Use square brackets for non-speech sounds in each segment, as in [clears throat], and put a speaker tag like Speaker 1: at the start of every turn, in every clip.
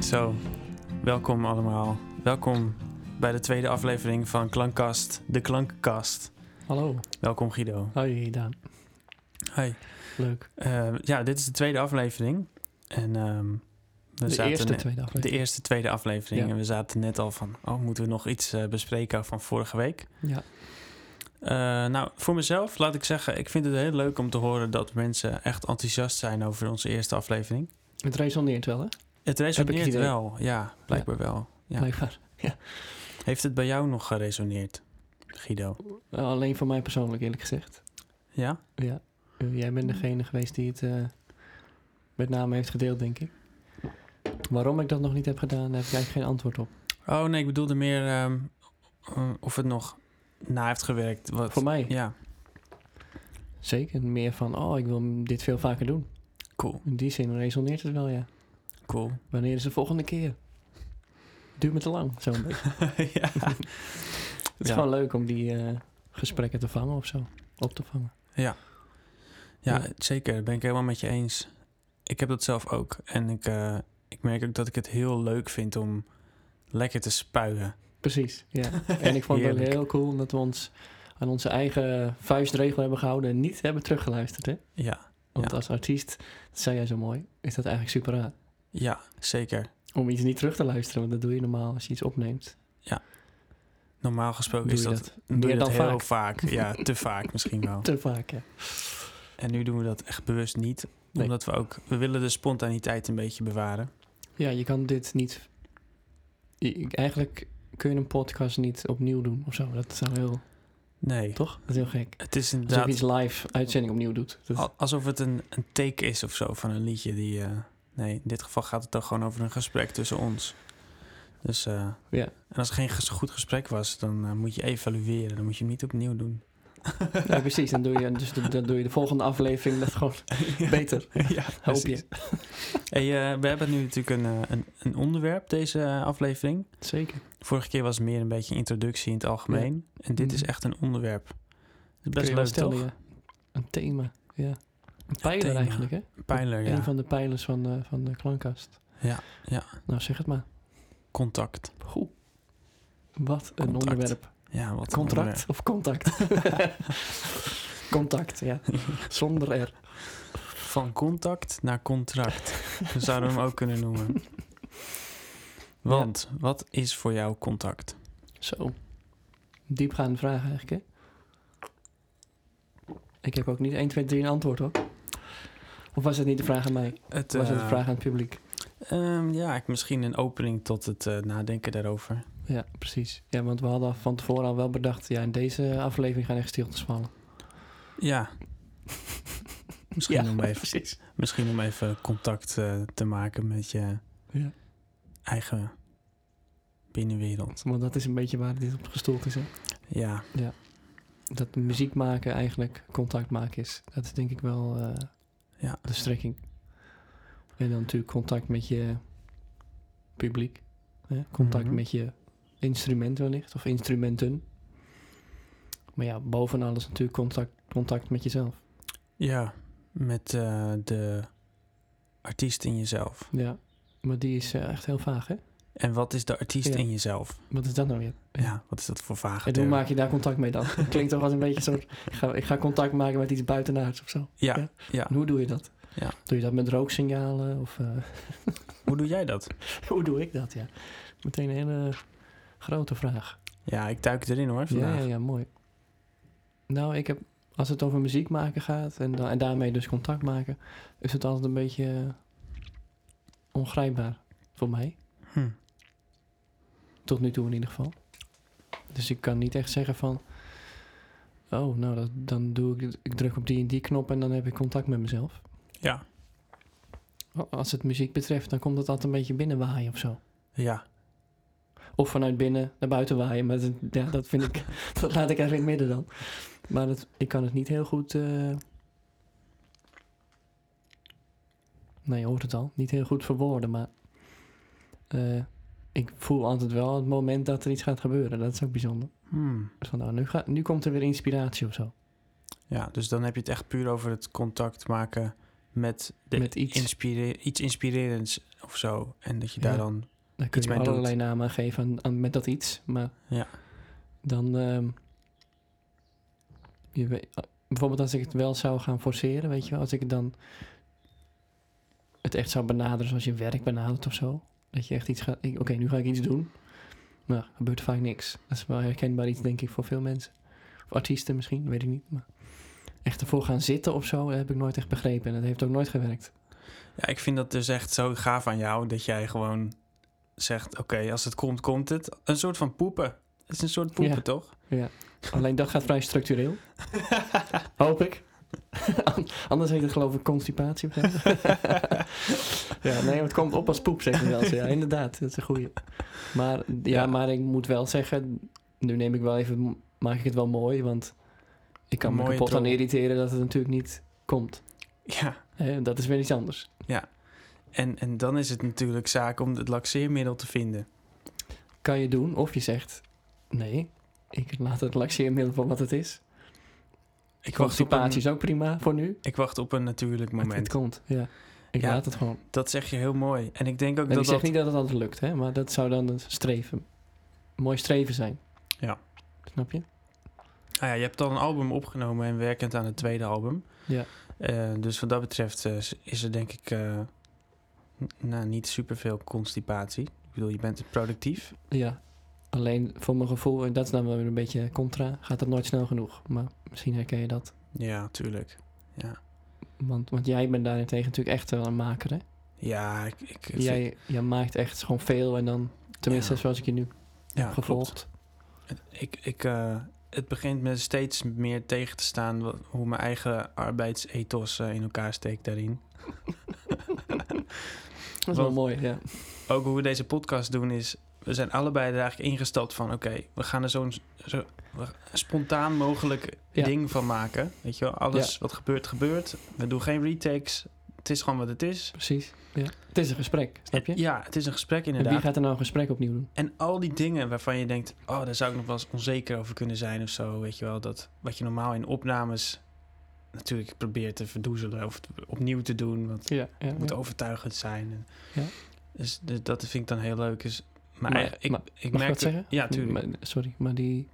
Speaker 1: Zo, welkom allemaal. Welkom bij de tweede aflevering van Klankkast, de Klankkast.
Speaker 2: Hallo.
Speaker 1: Welkom Guido.
Speaker 2: Hoi, Daan.
Speaker 1: Hi.
Speaker 2: Leuk.
Speaker 1: Eh, ja, dit is de tweede aflevering. En ehm, we
Speaker 2: De
Speaker 1: zaten
Speaker 2: eerste
Speaker 1: net-
Speaker 2: tweede
Speaker 1: de
Speaker 2: aflevering.
Speaker 1: eerste tweede aflevering.
Speaker 2: Ja.
Speaker 1: En we zaten net al van, oh, moeten we nog iets eh, bespreken van vorige week?
Speaker 2: Ja.
Speaker 1: Eh, nou, voor mezelf laat ik zeggen, ik vind het heel leuk om te horen dat mensen echt enthousiast zijn over onze eerste aflevering.
Speaker 2: Het resoneert wel, hè?
Speaker 1: Het
Speaker 2: Heb ik
Speaker 1: resoneert
Speaker 2: het idee.
Speaker 1: wel, ja, blijkbaar wel. Ja.
Speaker 2: Blijkbaar.
Speaker 1: Heeft het bij jou nog geresoneerd, Guido?
Speaker 2: Eh, Alleen voor mij persoonlijk, eerlijk gezegd.
Speaker 1: Ja?
Speaker 2: Ja. Eh, Jij bent degene geweest die het eh, met name heeft gedeeld, denk ik. Waarom ik dat nog niet heb gedaan, daar heb ik eigenlijk geen antwoord op.
Speaker 1: Oh nee, ik bedoelde meer ehm, eh, of het nog na heeft gewerkt. Wat,
Speaker 2: Voor mij
Speaker 1: Ja,
Speaker 2: zeker meer van, oh, ik wil dit veel vaker doen.
Speaker 1: cool,
Speaker 2: In die zin resoneert het wel, ja. [laughs]
Speaker 1: cool.
Speaker 2: Wanneer is de volgende keer? Duurt me te lang, zo'n
Speaker 1: [laughs]
Speaker 2: beetje.
Speaker 1: ja.
Speaker 2: Het is
Speaker 1: Ja.
Speaker 2: gewoon leuk om die eh, gesprekken te vangen of zo. Op te vangen.
Speaker 1: Ja,
Speaker 2: Ja.
Speaker 1: zeker. Dat ben ik helemaal met je eens. Ik heb dat zelf ook. En ik, eh, ik merk ook dat ik het heel leuk vind om lekker te spuien.
Speaker 2: Precies, ja. En ik vond het
Speaker 1: Heerlijk.
Speaker 2: heel cool dat we ons aan onze eigen vuistregel hebben gehouden en niet hebben teruggeluisterd. Hè?
Speaker 1: Ja,
Speaker 2: Want
Speaker 1: Ja.
Speaker 2: als artiest, dat zei jij zo mooi, is dat eigenlijk super raar.
Speaker 1: ja zeker.
Speaker 2: Om iets niet terug te luisteren, want dat doe je normaal als je iets opneemt.
Speaker 1: Normaal gesproken
Speaker 2: Doe
Speaker 1: is
Speaker 2: je
Speaker 1: dat,
Speaker 2: dat
Speaker 1: doe
Speaker 2: meer
Speaker 1: je dat
Speaker 2: dan
Speaker 1: heel
Speaker 2: vaak?
Speaker 1: vaak. Ja, te vaak misschien
Speaker 2: [laughs]
Speaker 1: wel.
Speaker 2: Te vaak, hè?
Speaker 1: En nu doen we dat echt bewust niet.
Speaker 2: Nee.
Speaker 1: Omdat we ook, we willen de spontaniteit een beetje bewaren.
Speaker 2: Ja, je kan dit niet... je- Eigenlijk kun je een podcast niet opnieuw doen of zo. Dat zou heel...
Speaker 1: Nee,
Speaker 2: Toch? Dat is heel gek.
Speaker 1: het is
Speaker 2: Alsof je
Speaker 1: inderdaad
Speaker 2: iets live uitzending opnieuw doet. Dat-
Speaker 1: Al- Alsof het een, een take is of zo van een liedje die... eh, nee, in dit geval gaat het dan gewoon over een gesprek tussen ons. Dus, eh,
Speaker 2: Ja.
Speaker 1: En als het geen ges- goed gesprek was, dan eh, moet je evalueren. Dan moet je hem niet opnieuw
Speaker 2: [laughs]
Speaker 1: doen.
Speaker 2: [laughs] Ja, precies. Dan doe, je, dus dan doe je de volgende aflevering dat gewoon [laughs] beter.
Speaker 1: ja,
Speaker 2: Hoop
Speaker 1: precies.
Speaker 2: je.
Speaker 1: Hey, eh, we hebben nu natuurlijk een, eh, een, een onderwerp, deze eh, aflevering.
Speaker 2: Zeker.
Speaker 1: Vorige keer was het meer een beetje een introductie in het algemeen. En dit is
Speaker 2: Mhm.
Speaker 1: echt een onderwerp. Het is
Speaker 2: Kun
Speaker 1: best
Speaker 2: je
Speaker 1: leuk,
Speaker 2: wel
Speaker 1: toch?
Speaker 2: stellen, ja. Een thema, ja. Een pijler
Speaker 1: thema.
Speaker 2: eigenlijk, hè?
Speaker 1: Pijler, ja.
Speaker 2: Een van de pijlers van de, van de klankkast.
Speaker 1: Ja, ja.
Speaker 2: Nou, zeg het maar.
Speaker 1: Contact.
Speaker 2: Goed. Wat een
Speaker 1: Contact.
Speaker 2: onderwerp.
Speaker 1: Ja, wat een
Speaker 2: Contract
Speaker 1: onderwerp.
Speaker 2: of
Speaker 1: [laughs]
Speaker 2: contact? contact, ja. Zonder R.
Speaker 1: Van contact naar
Speaker 2: [laughs]
Speaker 1: contract. We zouden we hem ook kunnen noemen. Want, wat is voor jou contact?
Speaker 2: Zo. Diepgaande vraag eigenlijk, hè? Ik heb ook niet 1, 2, 3 een antwoord, hoor. Of was het niet de vraag aan mij?
Speaker 1: Het,
Speaker 2: Was het
Speaker 1: eh,
Speaker 2: de vraag aan het publiek?
Speaker 1: ehm, ja, ik- misschien een opening tot het eh, nadenken daarover.
Speaker 2: Ja, precies. Ja, want we hadden van tevoren al wel bedacht... ja, in deze aflevering gaan echt stiltes vallen. [laughs]
Speaker 1: Ja. misschien, om even,
Speaker 2: precies.
Speaker 1: misschien om even contact eh, te maken met je
Speaker 2: Ja.
Speaker 1: eigen binnenwereld.
Speaker 2: Want dat is een beetje waar dit op gestoeld is. Hè?
Speaker 1: Ja,
Speaker 2: Dat muziek maken eigenlijk contact maken is. Dat is denk ik wel eh,
Speaker 1: Ja.
Speaker 2: de strekking. En dan natuurlijk contact met je publiek. Hè? Contact
Speaker 1: Mhm.
Speaker 2: met je instrument wellicht. Of instrumenten. Maar ja, boven alles natuurlijk contact, contact met jezelf.
Speaker 1: ja met eh, de artiest in jezelf.
Speaker 2: Ja. Maar die is eh, echt heel vaag, hè?
Speaker 1: En wat is de artiest
Speaker 2: Ja.
Speaker 1: in jezelf?
Speaker 2: Wat is dat nou weer?
Speaker 1: Ja, wat is dat voor vage
Speaker 2: En hoe
Speaker 1: term?
Speaker 2: maak je daar contact mee dan? Klinkt toch als een beetje zo... Ik ga, ik ga contact maken met iets buitenaards of zo.
Speaker 1: Ja,
Speaker 2: Ja.
Speaker 1: ja.
Speaker 2: En hoe doe je dat?
Speaker 1: Ja.
Speaker 2: Doe je dat met rooksignalen? Of eh, [laughs]
Speaker 1: Hoe doe jij dat?
Speaker 2: hoe doe ik dat? Ja. Meteen een hele grote vraag.
Speaker 1: Ja, ik duik erin hoor
Speaker 2: Ja,
Speaker 1: vandaag.
Speaker 2: ja, ja, mooi. Nou, ik heb, als het over muziek maken gaat en, da- en daarmee dus contact maken, is het altijd een beetje eh, ongrijpbaar voor mij.
Speaker 1: Hm.
Speaker 2: Tot nu toe in ieder geval. Dus ik kan niet echt zeggen van, oh, nou, dat, dan doe ik, ik druk op die en die knop en dan heb ik contact met mezelf.
Speaker 1: Ja,
Speaker 2: Als het muziek betreft, dan komt het altijd een beetje binnenwaaien of zo.
Speaker 1: ja,
Speaker 2: Of vanuit binnen naar buiten waaien. Maar dat, ja, dat vind ik, [laughs] dat laat ik even in het midden dan. Maar dat, ik kan het niet heel goed. eh Nou, je hoort het al. Niet heel goed verwoorden, maar. eh, ik voel altijd wel het moment dat er iets gaat gebeuren. Dat is ook bijzonder.
Speaker 1: Hm.
Speaker 2: Dus van nou, nu, ga, nu komt er weer inspiratie of zo.
Speaker 1: ja. Dus dan heb je het echt puur over het contact maken met, de
Speaker 2: Met iets.
Speaker 1: inspire- iets inspirerends of zo. En dat je
Speaker 2: Ja.
Speaker 1: daar dan...
Speaker 2: Daar kun
Speaker 1: iets
Speaker 2: je
Speaker 1: mee
Speaker 2: allerlei namen aan geven aan, aan- met dat iets. Maar
Speaker 1: Ja.
Speaker 2: dan... ehm, je weet, bijvoorbeeld als ik het wel zou gaan forceren, weet je wel. Als ik het dan het echt zou benaderen zoals je werk benadert of zo. Dat je echt iets gaat... ik- Oké, nu ga ik iets doen. Nou, gebeurt vaak niks. Dat is wel herkenbaar iets, denk ik, voor veel mensen. Of artiesten misschien, weet ik niet. Maar echt ervoor gaan zitten of zo, dat heb ik nooit echt begrepen. En dat heeft ook nooit
Speaker 1: [laughs]
Speaker 2: gewerkt.
Speaker 1: ja, ik vind dat dus echt zo gaaf aan jou. Dat jij gewoon zegt, oké, als het komt, komt het. Een soort van poepen. Het is een soort poepen,
Speaker 2: Ja. [laughs]
Speaker 1: toch?
Speaker 2: Alleen dat gaat vrij structureel. Hoop ik. Anders heet het geloof ik constipatie. of zo. [laughs] ja, nee, het komt op als poep, zeg maar wel. eens. Ja, inderdaad, dat is een goeie. Maar, ja,
Speaker 1: Ja.
Speaker 2: maar ik moet wel zeggen, nu neem ik wel even, maak ik het wel mooi, want ik kan
Speaker 1: Een
Speaker 2: me
Speaker 1: mooie
Speaker 2: kapot aan
Speaker 1: trommel.
Speaker 2: irriteren dat het natuurlijk niet komt.
Speaker 1: ja.
Speaker 2: Hè, dat is weer iets anders.
Speaker 1: En, en dan is het natuurlijk zaak om het laxeermiddel te vinden.
Speaker 2: Kan je doen, of je zegt, nee, ik laat het laxeermiddel voor wat het is.
Speaker 1: Ik wacht, op
Speaker 2: Constipatie
Speaker 1: een,
Speaker 2: is ook prima voor nu.
Speaker 1: ik wacht op een natuurlijk
Speaker 2: Maar
Speaker 1: moment.
Speaker 2: het komt, ja. Ik
Speaker 1: Ja.
Speaker 2: laat het gewoon.
Speaker 1: Dat zeg je heel mooi. En ik denk ook
Speaker 2: En
Speaker 1: dat
Speaker 2: ik zeg
Speaker 1: dat...
Speaker 2: niet dat het altijd lukt, hè, maar dat zou dan een streven. een Mooi streven zijn.
Speaker 1: Ja.
Speaker 2: Snap je?
Speaker 1: Ah ja, je hebt al een album opgenomen en werkend aan het tweede album.
Speaker 2: Ja.
Speaker 1: Eh, dus wat dat betreft eh, is- is er denk ik eh, n- nou, niet superveel constipatie. Ik bedoel, je bent productief.
Speaker 2: Ja. Alleen voor mijn gevoel, en dat is dan wel weer een beetje contra, gaat dat nooit snel genoeg. Maar misschien herken je dat.
Speaker 1: Ja, tuurlijk. Ja,
Speaker 2: Want, want jij bent daarentegen natuurlijk echt wel een maker, hè?
Speaker 1: ja ik... ik
Speaker 2: Jij, jij maakt echt gewoon veel en dan, tenminste
Speaker 1: Ja.
Speaker 2: zoals ik je nu
Speaker 1: ja,
Speaker 2: gevolgd.
Speaker 1: klopt. Ik, ik, eh, het begint me steeds meer tegen te staan wat- hoe mijn eigen arbeidsethos eh, in elkaar steekt daarin.
Speaker 2: Dat is wel
Speaker 1: Want-
Speaker 2: mooi, ja.
Speaker 1: ook hoe we deze podcast doen is... We zijn allebei er eigenlijk ingesteld van... Oké, we gaan er zo'n zo, we- spontaan mogelijk
Speaker 2: Ja.
Speaker 1: ding van maken. Weet je wel? Alles wat gebeurt, gebeurt. We doen geen retakes. Het is gewoon wat het is.
Speaker 2: Precies. Ja. Het is een gesprek, snap je?
Speaker 1: Ja, het is een gesprek
Speaker 2: en wie
Speaker 1: inderdaad. En,
Speaker 2: gaat er nou een gesprek opnieuw doen?
Speaker 1: al die dingen waarvan je denkt... Oh, daar zou ik nog wel eens onzeker over kunnen zijn of zo. Weet je wel? Dat wat je normaal in opnames... Natuurlijk probeert te verdoezelen of t- opnieuw te doen. Want
Speaker 2: Ja, ja,
Speaker 1: het moet overtuigend zijn. En,
Speaker 2: Ja.
Speaker 1: Dus de- dat vind ik dan heel leuk. Is, maar,
Speaker 2: Maar-
Speaker 1: eigen- ik,
Speaker 2: maar-
Speaker 1: ik
Speaker 2: Mag
Speaker 1: merk...
Speaker 2: ik wat zeggen?
Speaker 1: Ja, tuurlijk.
Speaker 2: Maar- sorry, maar die,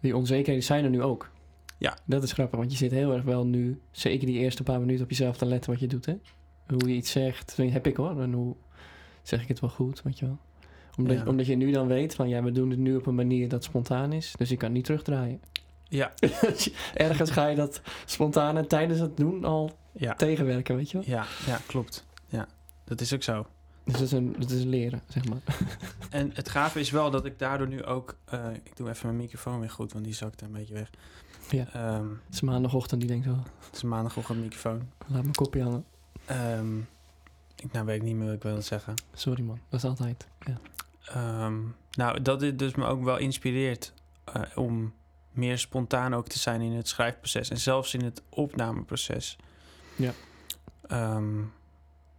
Speaker 2: die onzekerheden zijn er nu ook.
Speaker 1: Ja.
Speaker 2: Dat is grappig, want je zit heel erg wel nu, zeker die eerste paar minuten, op jezelf te letten wat je doet, hè? Hoe je iets zegt, dat heb ik hoor, en hoe zeg ik het wel goed, weet je wel. Omdat,
Speaker 1: Ja.
Speaker 2: omdat je nu dan weet van, ja, we doen het nu op een manier dat spontaan is, dus ik kan niet terugdraaien.
Speaker 1: Ja.
Speaker 2: [laughs] Ergens ga je dat spontane tijdens het doen al
Speaker 1: Ja.
Speaker 2: tegenwerken, weet je wel.
Speaker 1: Ja, ja, klopt. Ja, dat is ook zo.
Speaker 2: Dus dat is een, dat is een leren, zeg maar.
Speaker 1: En het gave is wel dat ik daardoor nu ook... eh, ik doe even mijn microfoon weer goed, want die zakt een beetje weg.
Speaker 2: Ja.
Speaker 1: Ehm,
Speaker 2: Het is maandagochtend, die denkt, oh,
Speaker 1: het is maandagochtend microfoon.
Speaker 2: laat mijn kopje hangen.
Speaker 1: Ehm, ik nou weet ik niet meer wat ik wilde zeggen.
Speaker 2: Sorry man, dat is altijd, ja.
Speaker 1: Ehm, nou, dat dit dus me ook wel inspireert eh, om meer spontaan ook te zijn in het schrijfproces. En zelfs in het opnameproces.
Speaker 2: Ja.
Speaker 1: Ehm,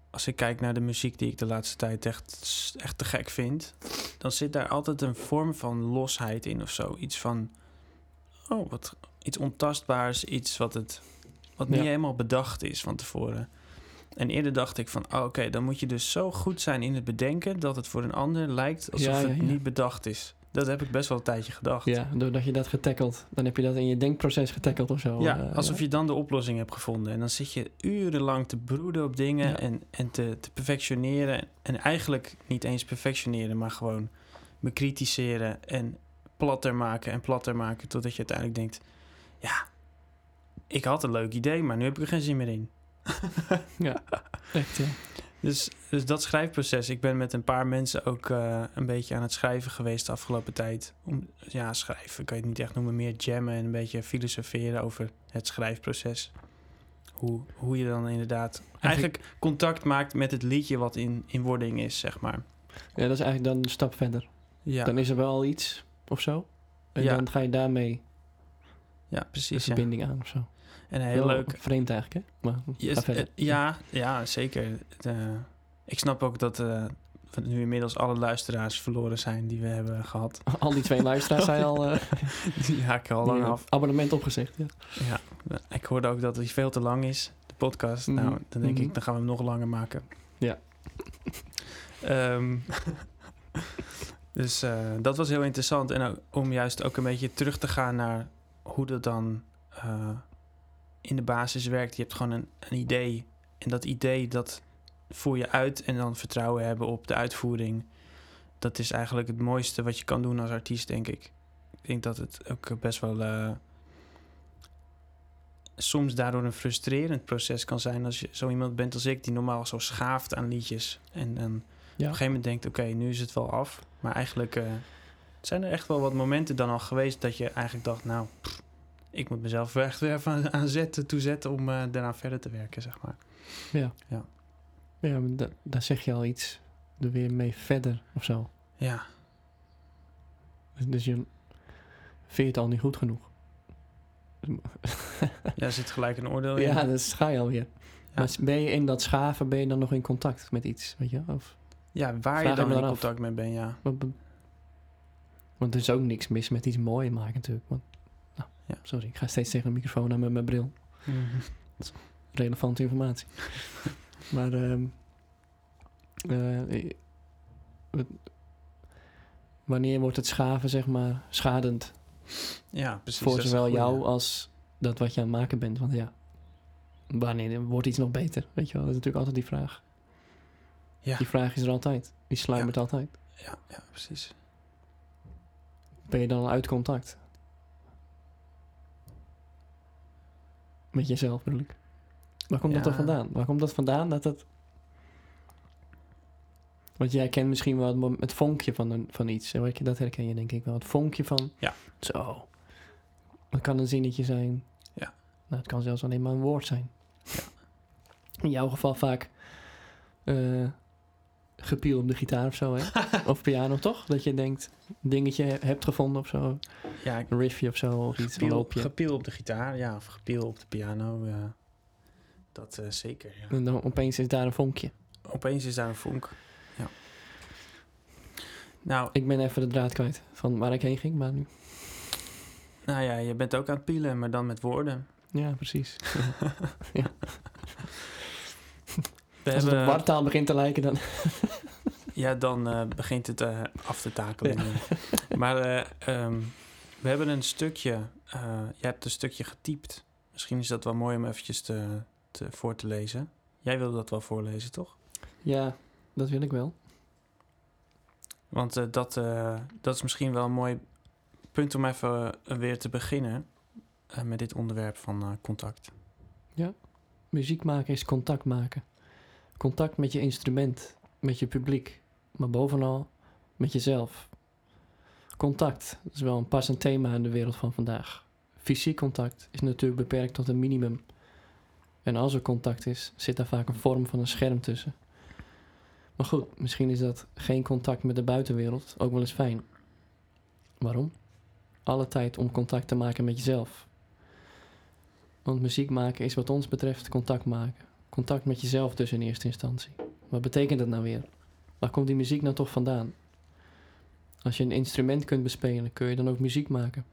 Speaker 1: als ik kijk naar de muziek die ik de laatste tijd echt, echt te gek vind... dan zit daar altijd een vorm van losheid in of zo. Iets van... Oh, wat, iets ontastbaars. Iets wat, het, wat niet
Speaker 2: Ja.
Speaker 1: helemaal bedacht is van tevoren. En eerder dacht ik van... Oh, oké, dan moet je dus zo goed zijn in het bedenken... dat het voor een ander lijkt alsof
Speaker 2: Ja, ja,
Speaker 1: het
Speaker 2: ja.
Speaker 1: niet bedacht is. Dat heb ik best wel een tijdje gedacht.
Speaker 2: Ja, doordat je dat getackeld, dan heb je dat in je denkproces getackeld of zo.
Speaker 1: Ja,
Speaker 2: eh,
Speaker 1: alsof je dan de oplossing hebt gevonden. En dan zit je urenlang te broeden op dingen
Speaker 2: Ja.
Speaker 1: en, en te, te perfectioneren. En eigenlijk niet eens perfectioneren, maar gewoon bekritiseren en platter maken en platter maken. Totdat je uiteindelijk denkt, ja, ik had een leuk idee, maar nu heb ik er geen zin meer in.
Speaker 2: Echt, ja.
Speaker 1: Dus, dus dat schrijfproces. Ik ben met een paar mensen ook eh, een beetje aan het schrijven geweest de afgelopen tijd. Om, ja, schrijven kan je het niet echt noemen. Meer jammen en een beetje filosoferen over het schrijfproces. Hoe, hoe je dan inderdaad eigenlijk contact maakt met het liedje wat in, in wording is, zeg maar.
Speaker 2: ja, dat is eigenlijk dan een stap verder.
Speaker 1: Ja,
Speaker 2: Dan is er wel al iets of zo. En
Speaker 1: Ja.
Speaker 2: dan ga je daarmee
Speaker 1: ja
Speaker 2: de
Speaker 1: precies. ja.
Speaker 2: verbinding aan of zo.
Speaker 1: En heel
Speaker 2: Wel
Speaker 1: leuk.
Speaker 2: Vreemd eigenlijk, hè? Maar
Speaker 1: Yes,
Speaker 2: ga Oh, verder.
Speaker 1: eh, ja, ja, zeker. Het, eh, ik snap ook dat eh, van nu inmiddels alle luisteraars verloren zijn die we hebben
Speaker 2: [laughs]
Speaker 1: gehad.
Speaker 2: [laughs] Al die twee luisteraars zijn al eh,
Speaker 1: Die haken al lang
Speaker 2: die
Speaker 1: af.
Speaker 2: abonnement opgezegd. Ja.
Speaker 1: Ik hoorde ook dat hij veel te lang is. De podcast.
Speaker 2: Mhm.
Speaker 1: Nou, dan denk
Speaker 2: Mhm.
Speaker 1: ik, dan gaan we hem nog langer maken.
Speaker 2: Ja.
Speaker 1: [laughs] Ehm, [laughs] dus eh, dat was heel interessant. En ook om juist ook een beetje terug te gaan naar hoe dat dan eh, in de basis werkt. Je hebt gewoon een, een idee. En dat idee, dat voer je uit en dan vertrouwen hebben op de uitvoering. Dat is eigenlijk het mooiste wat je kan doen als artiest, denk ik. Ik denk dat het ook best wel... eh, soms daardoor een frustrerend proces kan zijn als je zo iemand bent als ik die normaal zo schaaft aan liedjes en dan op een gegeven moment denkt oké nu is het wel af maar eigenlijk eh, zijn er echt wel wat momenten dan al geweest dat je eigenlijk dacht nou pff, ik moet mezelf echt weer even aan, aan zetten toezetten om eh, daarna verder te werken zeg maar
Speaker 2: Ja, maar da- daar zeg je al iets. Er weer mee verder of zo. [laughs]
Speaker 1: ja
Speaker 2: Dus- Dus je vindt het al niet goed genoeg.
Speaker 1: daar zit gelijk een oordeel in
Speaker 2: Ja, dat ga je alweer. Maar s- ben je in dat schaven, ben je dan nog in contact met iets? Weet je? Of,
Speaker 1: ja waar je
Speaker 2: Vraag ik
Speaker 1: dan
Speaker 2: me
Speaker 1: in
Speaker 2: dan af.
Speaker 1: contact mee bent ja
Speaker 2: wat be- want er is ook niks mis met iets mooi maken natuurlijk. Want, nou,
Speaker 1: Ja.
Speaker 2: Sorry, ik ga steeds tegen de microfoon aan met mijn bril. Mhm.
Speaker 1: [laughs]
Speaker 2: relevante informatie. maar ehm, eh, eh, wat- wanneer wordt het schaven, zeg maar, schadend
Speaker 1: ja precies dat
Speaker 2: voor
Speaker 1: is
Speaker 2: zowel
Speaker 1: een
Speaker 2: jou
Speaker 1: goeie.
Speaker 2: als dat wat je aan het maken bent? Want ja, wanneer wordt iets nog beter? Weet je wel, dat is natuurlijk altijd die vraag.
Speaker 1: Ja.
Speaker 2: Die vraag is er altijd. Die sluimert altijd.
Speaker 1: ja, ja precies
Speaker 2: Ben je dan al uit contact? Met jezelf bedoel ik. Waar komt dat
Speaker 1: Ja.
Speaker 2: dan vandaan? Waar komt dat vandaan dat het... Want jij kent misschien wel het, mom- het vonkje van, een, van iets. hè, weet je, Dat herken je denk ik wel. Het vonkje van...
Speaker 1: Ja.
Speaker 2: Zo. Dat kan een zinnetje zijn.
Speaker 1: Ja.
Speaker 2: Nou, het kan zelfs alleen maar een woord zijn. In jouw geval vaak... eh gepiel op de gitaar of
Speaker 1: [laughs]
Speaker 2: zo, hè? of piano, toch? Dat je denkt, dingetje he- hebt gevonden of zo.
Speaker 1: ja ik-
Speaker 2: Een riffje of zo, of iets, een
Speaker 1: gepiel,
Speaker 2: loopje.
Speaker 1: gepiel op de gitaar ja of gepiel op de piano ja. dat eh, zeker ja.
Speaker 2: En dan opeens is daar een vonkje.
Speaker 1: Opeens is daar een vonk. Ja. Nou,
Speaker 2: Ik ben even de draad kwijt van waar ik heen ging, maar nu...
Speaker 1: nou ja, je bent ook aan het pielen, maar dan met woorden.
Speaker 2: Ja, precies.
Speaker 1: We
Speaker 2: Als het op
Speaker 1: hebben,
Speaker 2: wartaal begint te lijken, dan... [laughs]
Speaker 1: ja, dan eh, begint het eh, af te takelen. [laughs] Maar eh, ehm, we hebben een stukje, eh, je hebt een stukje getypt. Misschien is dat wel mooi om eventjes te, te, voor te lezen. Jij wilde dat wel voorlezen, toch?
Speaker 2: Ja, dat wil ik wel.
Speaker 1: Want eh, dat, eh, dat is misschien wel een mooi punt om even eh, weer te beginnen eh, met dit onderwerp van eh, contact.
Speaker 2: Muziek maken is contact maken. Contact met je instrument, met je publiek, maar bovenal met jezelf. Contact dat is wel een passend thema in de wereld van vandaag. Fysiek contact is natuurlijk beperkt tot een minimum. En als er contact is, zit daar vaak een vorm van een scherm tussen. Maar goed, misschien is dat geen contact met de buitenwereld ook wel eens fijn. Waarom? Alle tijd om contact te maken met jezelf. Want muziek maken is wat ons betreft contact maken. Contact met jezelf dus in eerste instantie. Wat betekent dat nou weer? Waar komt die muziek nou toch vandaan? Als je een instrument kunt bespelen, kun je dan ook muziek maken?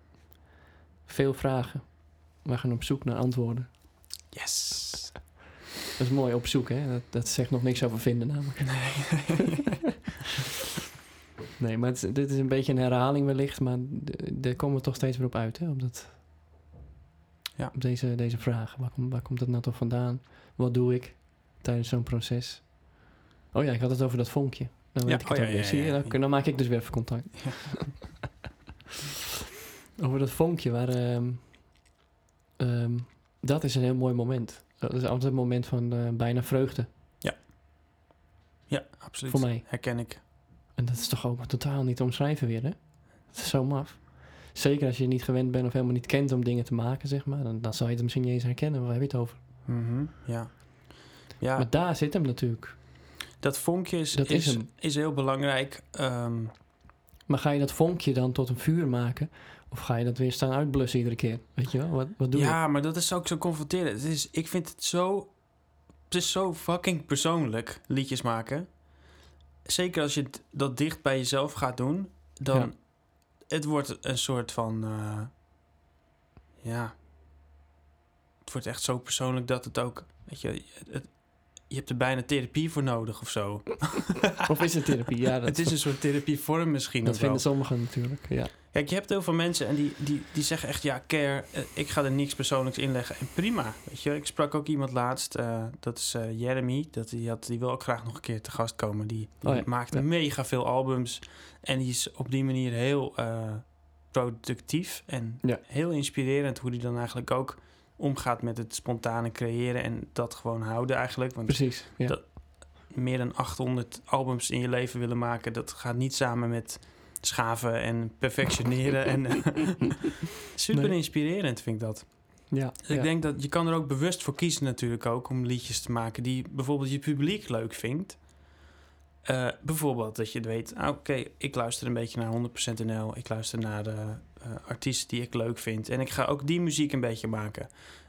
Speaker 2: Veel vragen. We gaan op zoek naar antwoorden.
Speaker 1: Yes!
Speaker 2: Dat is mooi op zoek, hè? Dat, dat zegt nog niks over vinden namelijk. Nee, maar het is- dit is een beetje een herhaling wellicht, maar d- daar komen we toch steeds weer op uit, hè? Op, dat,
Speaker 1: Ja.
Speaker 2: op deze, deze vragen. Waar, kom- waar komt dat nou toch vandaan? Wat doe ik tijdens zo'n proces? Oh ja, ik had het over dat vonkje. Dan
Speaker 1: Ja,
Speaker 2: weet ik
Speaker 1: oh
Speaker 2: het
Speaker 1: ja,
Speaker 2: alweer.
Speaker 1: ja,
Speaker 2: Zie je,
Speaker 1: ja.
Speaker 2: dan, kun- dan maak ik dus weer even contact.
Speaker 1: Ja.
Speaker 2: [laughs] over dat vonkje, waar... ehm, ehm, dat is een heel mooi moment. Dat is altijd een moment van eh, bijna vreugde
Speaker 1: Ja, absoluut.
Speaker 2: voor mij.
Speaker 1: Herken ik.
Speaker 2: En dat is toch ook totaal niet te omschrijven weer, hè? Dat is zo maf. Zeker als je niet gewend bent of helemaal niet kent om dingen te maken, zeg maar. Dan, dan zal je het misschien niet eens herkennen. Waar heb je het over?
Speaker 1: Mhm, Ja. Ja,
Speaker 2: Maar daar zit hem natuurlijk.
Speaker 1: dat vonkje is,
Speaker 2: dat is
Speaker 1: is, is,
Speaker 2: hem.
Speaker 1: heel belangrijk. Ehm,
Speaker 2: Maar ga je dat vonkje dan tot een vuur maken? Of ga je dat weer staan uitblussen iedere keer? Weet je wel? Wat, wat doe je?
Speaker 1: ja, maar dat is ook zo confronterend. Het is, ik vind het zo... Het is zo fucking persoonlijk, liedjes maken. Zeker als je d- dat dicht bij jezelf gaat doen, dan...
Speaker 2: Ja.
Speaker 1: Het wordt een soort van... eh, ja... het wordt echt zo persoonlijk dat het ook, weet je, het, je hebt er bijna therapie voor nodig of zo.
Speaker 2: Of is het therapie?
Speaker 1: [laughs]
Speaker 2: Ja, dat,
Speaker 1: het is een soort therapievorm misschien.
Speaker 2: dat
Speaker 1: of wel.
Speaker 2: vinden sommigen natuurlijk. Ja.
Speaker 1: Kijk, je hebt heel veel mensen en die, die, die zeggen echt, ja, care, eh, ik ga er niks persoonlijks in leggen. En prima, weet je. Ik sprak ook iemand laatst, eh, dat is eh, Jeremy, dat, die, had, die wil ook graag nog een keer te gast komen. Die, die
Speaker 2: Oh ja,
Speaker 1: maakt
Speaker 2: ja.
Speaker 1: mega veel albums en die is op die manier heel eh, productief en
Speaker 2: Ja.
Speaker 1: heel inspirerend hoe die dan eigenlijk ook omgaat met het spontane creëren en dat gewoon houden eigenlijk. Want
Speaker 2: Precies. Ja.
Speaker 1: Dat- meer dan 800 albums in je leven willen maken, dat gaat niet samen met schaven en perfectioneren.
Speaker 2: [laughs]
Speaker 1: en, eh, super
Speaker 2: Nee.
Speaker 1: inspirerend vind ik dat.
Speaker 2: ja,
Speaker 1: Dus
Speaker 2: ja.
Speaker 1: Ik denk dat je kan er ook bewust voor kiezen natuurlijk ook om liedjes te maken die bijvoorbeeld je publiek leuk vindt. Eh, bijvoorbeeld dat je weet, ah, oké, ik luister een beetje naar 100% NL. Ik luister naar de eh, artiesten die ik leuk vind. En ik ga ook die muziek een beetje maken.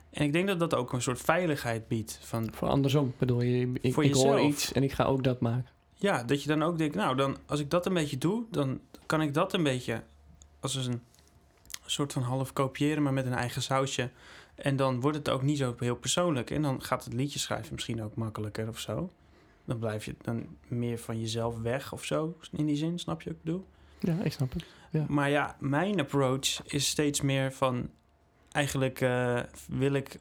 Speaker 1: En ik denk dat dat ook een soort veiligheid biedt. Van
Speaker 2: Voor andersom bedoel je, ik,
Speaker 1: Voor
Speaker 2: ik hoor
Speaker 1: jezelf.
Speaker 2: iets en ik ga ook dat maken.
Speaker 1: Ja, dat je dan ook denkt, nou, dan, als ik dat een beetje doe, dan kan ik dat een beetje als een soort van half kopiëren, maar met een eigen sausje. En dan wordt het ook niet zo heel persoonlijk. En dan gaat het liedje schrijven misschien ook makkelijker of zo. Dan blijf je dan meer van jezelf weg of zo, in die zin, snap je wat ik bedoel?
Speaker 2: Ja, ik snap het. Ja.
Speaker 1: Maar ja, mijn approach is steeds meer van... Eigenlijk eh, wil ik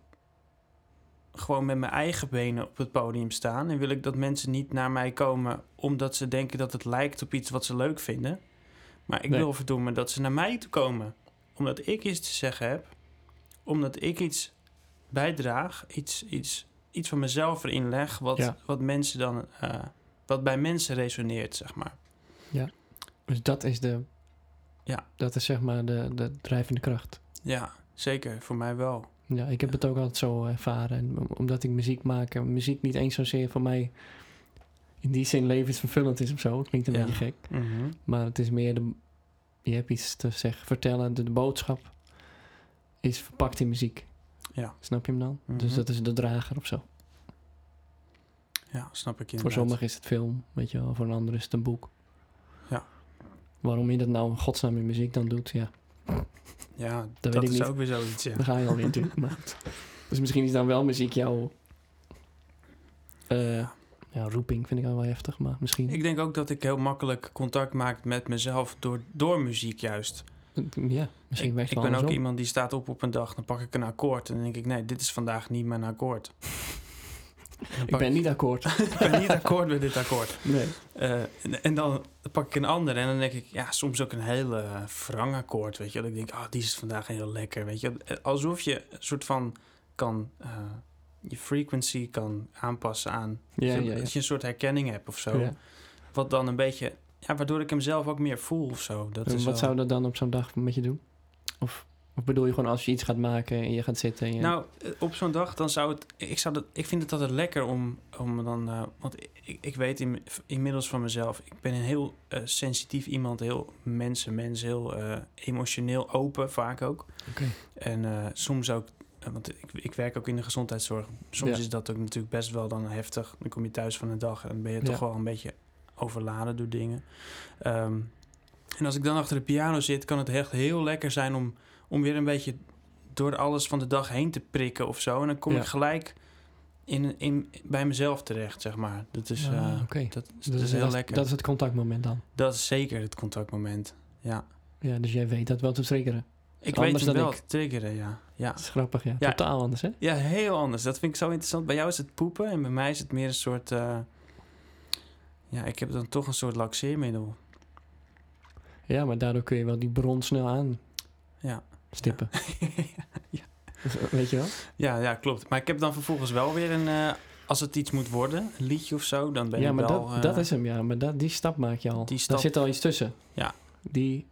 Speaker 1: gewoon met mijn eigen benen op het podium staan. En wil ik dat mensen niet naar mij komen omdat ze denken dat het lijkt op iets wat ze leuk vinden. Maar ik
Speaker 2: Nee.
Speaker 1: wil verdomme dat ze naar mij toe komen. Omdat ik iets te zeggen heb. Omdat ik iets bijdraag. Iets, iets, iets van mezelf erin leg. Wat,
Speaker 2: Ja.
Speaker 1: wat, mensen dan, eh, wat bij mensen resoneert, zeg maar.
Speaker 2: Dus dat is de,
Speaker 1: Ja.
Speaker 2: dat is zeg maar de, de drijvende kracht.
Speaker 1: Ja, zeker. Voor mij wel.
Speaker 2: Ja, ik heb het ook altijd zo ervaren. En om- omdat ik muziek maak, en muziek niet eens zozeer voor mij in die zin levensvervullend is of zo. Klinkt een
Speaker 1: Ja.
Speaker 2: beetje gek. Maar het is meer de. Je hebt iets te zeggen, vertellen. De, de boodschap is verpakt in muziek.
Speaker 1: Ja.
Speaker 2: Snap je hem dan? Dus
Speaker 1: Mhm.
Speaker 2: dat is de drager of zo.
Speaker 1: Ja, snap ik
Speaker 2: Voor
Speaker 1: inderdaad.
Speaker 2: sommigen is het film, weet je wel. Voor een ander is het een boek.
Speaker 1: Ja.
Speaker 2: Waarom je dat nou in godsnaam in muziek dan doet, ja.
Speaker 1: Ja,
Speaker 2: weet
Speaker 1: dat,
Speaker 2: ik
Speaker 1: is
Speaker 2: niet.
Speaker 1: ook weer zoiets, ja.
Speaker 2: Dan ga je alweer natuurlijk. Maar. Dus misschien is dan wel muziek jouw eh, ja, roeping, vind ik dan wel heftig. Maar misschien.
Speaker 1: Ik denk ook dat ik heel makkelijk contact maak met mezelf door, door muziek juist.
Speaker 2: ja, misschien
Speaker 1: ik
Speaker 2: werkt
Speaker 1: ik ben
Speaker 2: het
Speaker 1: ook
Speaker 2: wel andersom.
Speaker 1: iemand die staat op op een dag, dan pak ik een akkoord en dan denk ik, nee, dit is vandaag niet mijn
Speaker 2: [laughs]
Speaker 1: akkoord. Dan
Speaker 2: Ik
Speaker 1: pak
Speaker 2: ben niet
Speaker 1: [laughs]
Speaker 2: akkoord.
Speaker 1: ik ben niet akkoord met dit akkoord.
Speaker 2: Nee.
Speaker 1: Eh, en, en dan pak ik een ander en dan denk ik, ja, soms ook een hele eh, wrang akkoord, weet je. wel. Dat ik denk, ah, die is vandaag heel lekker, weet je. wel. Eh, Alsof je een soort van kan, eh, je frequency kan aanpassen aan,
Speaker 2: Ja,
Speaker 1: dat, je,
Speaker 2: ja, ja.
Speaker 1: dat je een soort herkenning hebt of zo.
Speaker 2: Ja.
Speaker 1: Wat dan een beetje, ja, waardoor ik hem zelf ook meer voel of zo. Dat
Speaker 2: En
Speaker 1: is
Speaker 2: wat
Speaker 1: wel-
Speaker 2: zou dat dan op zo'n dag met je doen? Of, of bedoel je gewoon als je iets gaat maken en je gaat zitten en je...
Speaker 1: Nou, eh, op zo'n dag dan zou het. Ik, zou dat, ik vind het altijd lekker om, om dan. eh, want ik- ik, ik weet in, inmiddels van mezelf. Ik ben een heel eh, sensitief iemand. Heel mensen, mens, heel eh, emotioneel open vaak ook.
Speaker 2: Oké.
Speaker 1: En eh, soms ook. eh, Want ik, ik werk ook in de gezondheidszorg. Soms
Speaker 2: Ja.
Speaker 1: is dat ook natuurlijk best wel dan heftig. Dan kom je thuis van een dag en ben je
Speaker 2: Ja.
Speaker 1: toch wel een beetje overladen door dingen. Ehm, en als ik dan achter de piano zit, kan het echt heel lekker zijn om, om weer een beetje door alles van de dag heen te prikken of zo. En dan kom
Speaker 2: Ja.
Speaker 1: ik gelijk in, in, bij mezelf terecht, zeg maar. Dat is,
Speaker 2: Ah,
Speaker 1: eh,
Speaker 2: oké.
Speaker 1: dat, dat is heel
Speaker 2: dat,
Speaker 1: lekker.
Speaker 2: Dat is het contactmoment dan.
Speaker 1: dat is zeker het contactmoment. Ja.
Speaker 2: Ja, dus jij weet dat wel te triggeren.
Speaker 1: Ik
Speaker 2: Anders
Speaker 1: weet hem
Speaker 2: dan
Speaker 1: wel
Speaker 2: ik.
Speaker 1: te triggeren, ja. ja.
Speaker 2: Dat is grappig, ja.
Speaker 1: Ja.
Speaker 2: Totaal anders, hè?
Speaker 1: Ja, heel anders. Dat vind ik zo interessant. Bij jou is het poepen en bij mij is het meer een soort... eh, ja, ik heb dan toch een soort laxeermiddel.
Speaker 2: Ja, maar daardoor kun je wel die bron snel aan
Speaker 1: Ja.
Speaker 2: stippen.
Speaker 1: [laughs]
Speaker 2: Weet je wel?
Speaker 1: ja, ja, klopt. Maar ik heb dan vervolgens wel weer een... eh, als het iets moet worden, een liedje of zo, dan ben
Speaker 2: ja,
Speaker 1: ik
Speaker 2: maar
Speaker 1: wel...
Speaker 2: dat,
Speaker 1: eh,
Speaker 2: dat is hem, ja. Maar dat, die stap maak je al.
Speaker 1: Die
Speaker 2: Daar
Speaker 1: stap-
Speaker 2: zit al iets tussen.
Speaker 1: Ja.
Speaker 2: Die,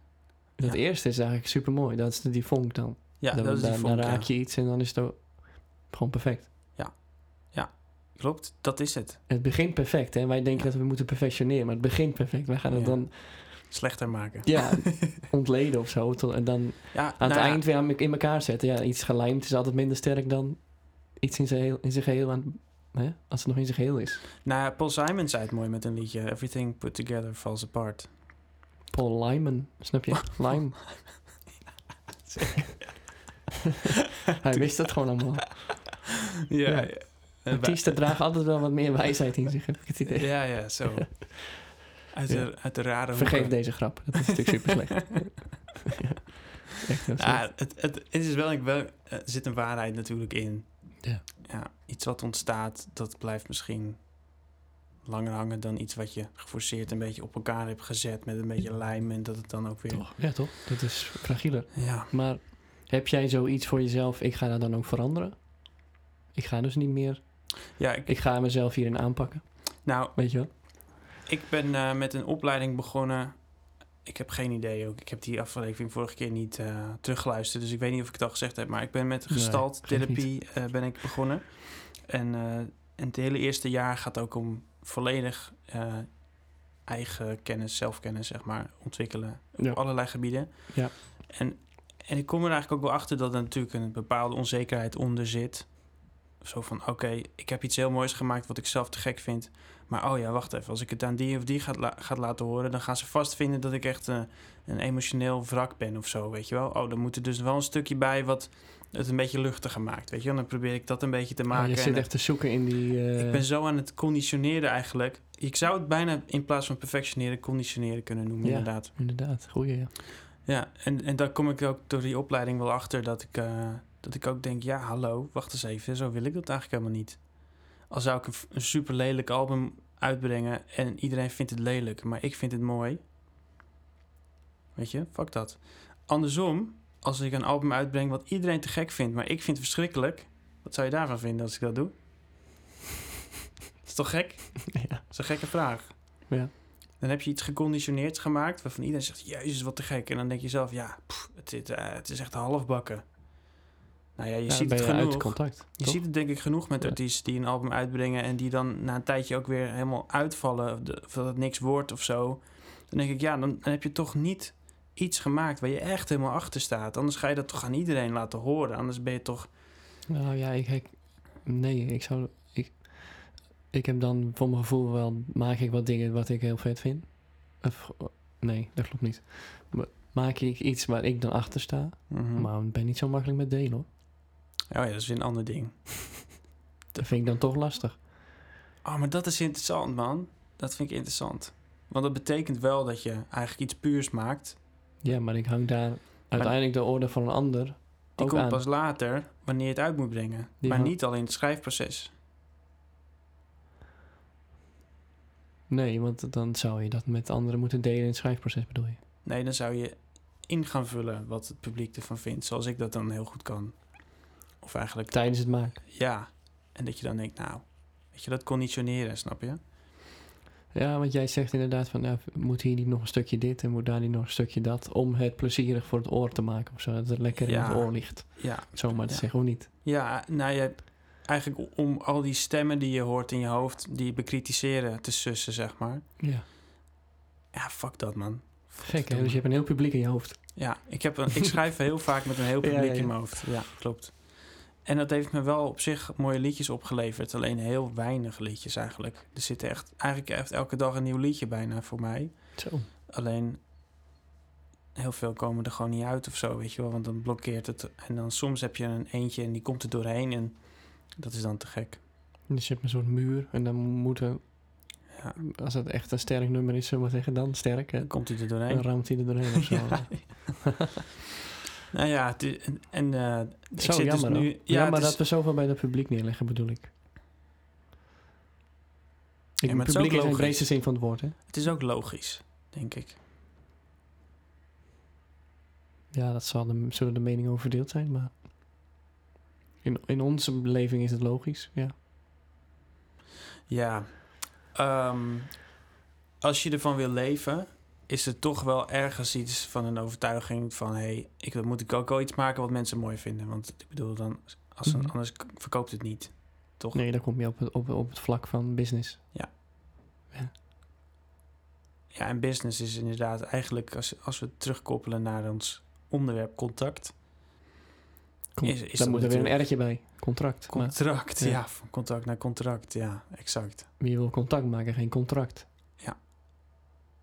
Speaker 2: dat
Speaker 1: Ja.
Speaker 2: eerste is eigenlijk super mooi. Dat is de- die vonk dan.
Speaker 1: Ja,
Speaker 2: dan
Speaker 1: dat is die
Speaker 2: daar-
Speaker 1: vonk,
Speaker 2: daar
Speaker 1: ja.
Speaker 2: raak je iets en dan is het ook gewoon perfect.
Speaker 1: Klopt, dat is het.
Speaker 2: Het begint perfect, hè? Wij denken dat we moeten perfectioneren, maar het begint perfect. Wij gaan het
Speaker 1: Ja.
Speaker 2: dan
Speaker 1: Slechter maken. [laughs]
Speaker 2: ja, ontleden of zo. tot- en dan
Speaker 1: Ja,
Speaker 2: aan het
Speaker 1: nou ja,
Speaker 2: eind weer aan- in elkaar zetten. Ja, iets gelijmd is altijd minder sterk dan iets in zijn heel- in zijn geheel. Aan, hè? Als het nog in zijn geheel is.
Speaker 1: Nou, ja, Paul Simon zei het mooi met een liedje. Everything put together falls apart.
Speaker 2: Paul Lyman, snap je? Lyme. Hij wist dat gewoon allemaal.
Speaker 1: [laughs] ja,
Speaker 2: Ja.
Speaker 1: ja. En Eh, wij-
Speaker 2: Artiesten dragen altijd wel wat meer wijsheid in zich, heb ik het idee.
Speaker 1: Ja, ja,
Speaker 2: [laughs]
Speaker 1: zo. Uit,
Speaker 2: Ja.
Speaker 1: De, uit de rare
Speaker 2: Vergeef
Speaker 1: hoeken.
Speaker 2: deze grap. Dat is natuurlijk
Speaker 1: [laughs]
Speaker 2: super slecht. Echt heel slecht.
Speaker 1: Ah, het, het, het is wel, wel, er zit een waarheid natuurlijk in.
Speaker 2: Ja.
Speaker 1: ja. Iets wat ontstaat, dat blijft misschien langer hangen dan iets wat je geforceerd een beetje op elkaar hebt gezet met een beetje lijm en dat het dan ook weer...
Speaker 2: toch? Ja, toch? Dat is fragieler.
Speaker 1: Ja.
Speaker 2: Maar heb jij zoiets voor jezelf? Ik ga dat dan ook veranderen. Ik ga dus niet meer.
Speaker 1: Ja, ik,
Speaker 2: Ik ga mezelf hierin aanpakken.
Speaker 1: nou,
Speaker 2: Weet je wel?
Speaker 1: ik ben eh, met een opleiding begonnen. Ik heb geen idee ook. Ik heb die aflevering vorige keer niet eh, teruggeluisterd. Dus ik weet niet of ik het al gezegd heb. Maar ik ben met
Speaker 2: Nee,
Speaker 1: gestalttherapie eh, ben ik begonnen. En, eh, en het hele eerste jaar gaat ook om volledig eh, eigen kennis, zelfkennis, zeg maar, ontwikkelen.
Speaker 2: Ja.
Speaker 1: Op allerlei gebieden.
Speaker 2: Ja.
Speaker 1: En, en ik kom er eigenlijk ook wel achter dat er natuurlijk een bepaalde onzekerheid onder zit. Zo van, oké, ik heb iets heel moois gemaakt wat ik zelf te gek vind. Maar oh ja, wacht even. Als ik het aan die of die gaat, la- gaat laten horen... dan gaan ze vast vinden dat ik echt eh, een emotioneel wrak ben of zo, weet je wel. Oh, dan moet er dus wel een stukje bij wat het een beetje luchtiger maakt, weet je wel. Dan probeer ik dat een beetje te maken.
Speaker 2: Maar je
Speaker 1: en
Speaker 2: zit
Speaker 1: het-
Speaker 2: echt te zoeken in die. eh,
Speaker 1: ik ben zo aan het conditioneren eigenlijk. Ik zou het bijna in plaats van perfectioneren, conditioneren kunnen noemen,
Speaker 2: Ja.
Speaker 1: inderdaad.
Speaker 2: Inderdaad, goeie. Ja.
Speaker 1: Ja, en, en daar kom ik ook door die opleiding wel achter dat ik, eh, dat ik ook denk, ja, hallo, wacht eens even, zo wil ik dat eigenlijk helemaal niet. Al zou ik een, f- een super lelijk album uitbrengen en iedereen vindt het lelijk, maar ik vind het mooi. Weet je, fuck dat. Andersom, als ik een album uitbreng wat iedereen te gek vindt, maar ik vind het verschrikkelijk, wat zou je daarvan vinden als ik dat doe? [laughs] Dat is toch gek?
Speaker 2: [laughs] ja.
Speaker 1: Dat is een gekke vraag.
Speaker 2: Ja.
Speaker 1: Dan heb je iets geconditioneerd gemaakt waarvan iedereen zegt: Jezus, wat te gek. En dan denk je zelf: Ja, pff, het, is- eh, het is echt halfbakken. Nou ja, je
Speaker 2: Ja,
Speaker 1: ziet
Speaker 2: ben
Speaker 1: het
Speaker 2: je uit
Speaker 1: genoeg.
Speaker 2: contact.
Speaker 1: Je
Speaker 2: toch?
Speaker 1: ziet het denk ik genoeg met
Speaker 2: Ja.
Speaker 1: artiesten die een album uitbrengen en die dan na een tijdje ook weer helemaal uitvallen. de- Of dat het niks wordt of zo. Dan denk ik: Ja, dan, dan heb je toch niet iets gemaakt waar je echt helemaal achter staat. Anders ga je dat toch aan iedereen laten horen. Anders ben je toch.
Speaker 2: Nou ja, ik, ik- nee, ik zou. Ik, ik heb dan voor mijn gevoel wel. Maak ik wat dingen wat ik heel vet vind? Of, nee, dat klopt niet. Ma- Maak ik iets waar ik dan achter sta?
Speaker 1: Mhm.
Speaker 2: Maar ik ben niet zo makkelijk met delen hoor.
Speaker 1: Oh ja, dat is weer een ander ding.
Speaker 2: Dat vind ik dan toch lastig.
Speaker 1: Oh, maar dat is interessant, man. Dat vind ik interessant. Want dat betekent wel dat je eigenlijk iets puurs maakt.
Speaker 2: Ja, maar ik hang daar uiteindelijk de orde van een ander
Speaker 1: Die
Speaker 2: ook
Speaker 1: komt
Speaker 2: aan.
Speaker 1: pas later, wanneer je het uit moet brengen.
Speaker 2: Die
Speaker 1: maar
Speaker 2: hang-
Speaker 1: niet al in het schrijfproces.
Speaker 2: Nee, want dan zou je dat met anderen moeten delen in het schrijfproces bedoel je.
Speaker 1: Nee, dan zou je in gaan vullen wat het publiek ervan vindt. Zoals ik dat dan heel goed kan. Of eigenlijk,
Speaker 2: Tijdens het maken.
Speaker 1: ja. En dat je dan denkt, nou, weet je, dat conditioneren, snap je?
Speaker 2: Ja, want jij zegt inderdaad van, ja, moet hier niet nog een stukje dit en moet daar niet nog een stukje dat, om het plezierig voor het oor te maken of zo, dat het lekker in
Speaker 1: Ja.
Speaker 2: het oor ligt.
Speaker 1: Ja,
Speaker 2: Zomaar te
Speaker 1: Ja.
Speaker 2: zeggen, hoe niet?
Speaker 1: Ja, nou ja, eigenlijk om al die stemmen die je hoort in je hoofd, die bekritiseren, te sussen, zeg maar.
Speaker 2: Ja,
Speaker 1: Ja, fuck dat, man.
Speaker 2: gek hè, dus je hebt een heel publiek in je hoofd.
Speaker 1: Ja, ik, heb
Speaker 2: [laughs]
Speaker 1: een, ik schrijf heel vaak met een heel
Speaker 2: Ja,
Speaker 1: publiek
Speaker 2: ja, ja.
Speaker 1: in mijn hoofd. Ja, klopt. En dat heeft me wel op zich mooie liedjes opgeleverd. Alleen heel weinig liedjes eigenlijk. Er zit echt, eigenlijk echt elke dag een nieuw liedje bijna voor mij.
Speaker 2: Zo.
Speaker 1: Alleen heel veel komen er gewoon niet uit of zo, weet je wel. Want dan blokkeert het. En dan soms heb je een eentje en die komt er doorheen. En dat is dan te gek.
Speaker 2: Dus je hebt een soort muur en dan moeten,
Speaker 1: Ja,
Speaker 2: als het echt een sterk nummer is, zullen we maar zeggen, dan sterk. Hè?
Speaker 1: dan komt hij er
Speaker 2: Dan
Speaker 1: doorheen.
Speaker 2: ramt hij er doorheen [laughs] of zo.
Speaker 1: Ja. nou ja, het is- en, en eh, ik
Speaker 2: Zo
Speaker 1: zit
Speaker 2: jammer
Speaker 1: dus
Speaker 2: hoor.
Speaker 1: nu...
Speaker 2: Ja,
Speaker 1: het
Speaker 2: maar
Speaker 1: is-
Speaker 2: dat we zoveel bij het publiek neerleggen bedoel ik. Ik
Speaker 1: maar het is
Speaker 2: publiek
Speaker 1: ook
Speaker 2: is in
Speaker 1: logisch.
Speaker 2: deze zin van het woord hè.
Speaker 1: Het is ook logisch, denk ik.
Speaker 2: Ja, dat zal de, zullen de meningen over verdeeld zijn, maar... In, in onze beleving is het logisch, ja.
Speaker 1: Ja. Ehm, als je ervan wil leven, is er toch wel ergens iets van een overtuiging van... hé, hey, ik, dan moet ik ook wel iets maken wat mensen mooi vinden. Want ik bedoel, dan, als een,
Speaker 2: Mhm.
Speaker 1: anders k- verkoopt het niet. Toch?
Speaker 2: Nee, dan kom je op het, op, op het vlak van business.
Speaker 1: Ja, en business is inderdaad eigenlijk... als, als we het terugkoppelen naar ons onderwerp contact...
Speaker 2: Kom,
Speaker 1: Is- is
Speaker 2: dan
Speaker 1: dat
Speaker 2: moet er weer een R'tje bij. Contract. Maar
Speaker 1: Contract,
Speaker 2: Ja.
Speaker 1: ja. Van contact naar contract, ja, exact.
Speaker 2: wie wil contact maken, geen contract.
Speaker 1: Ja.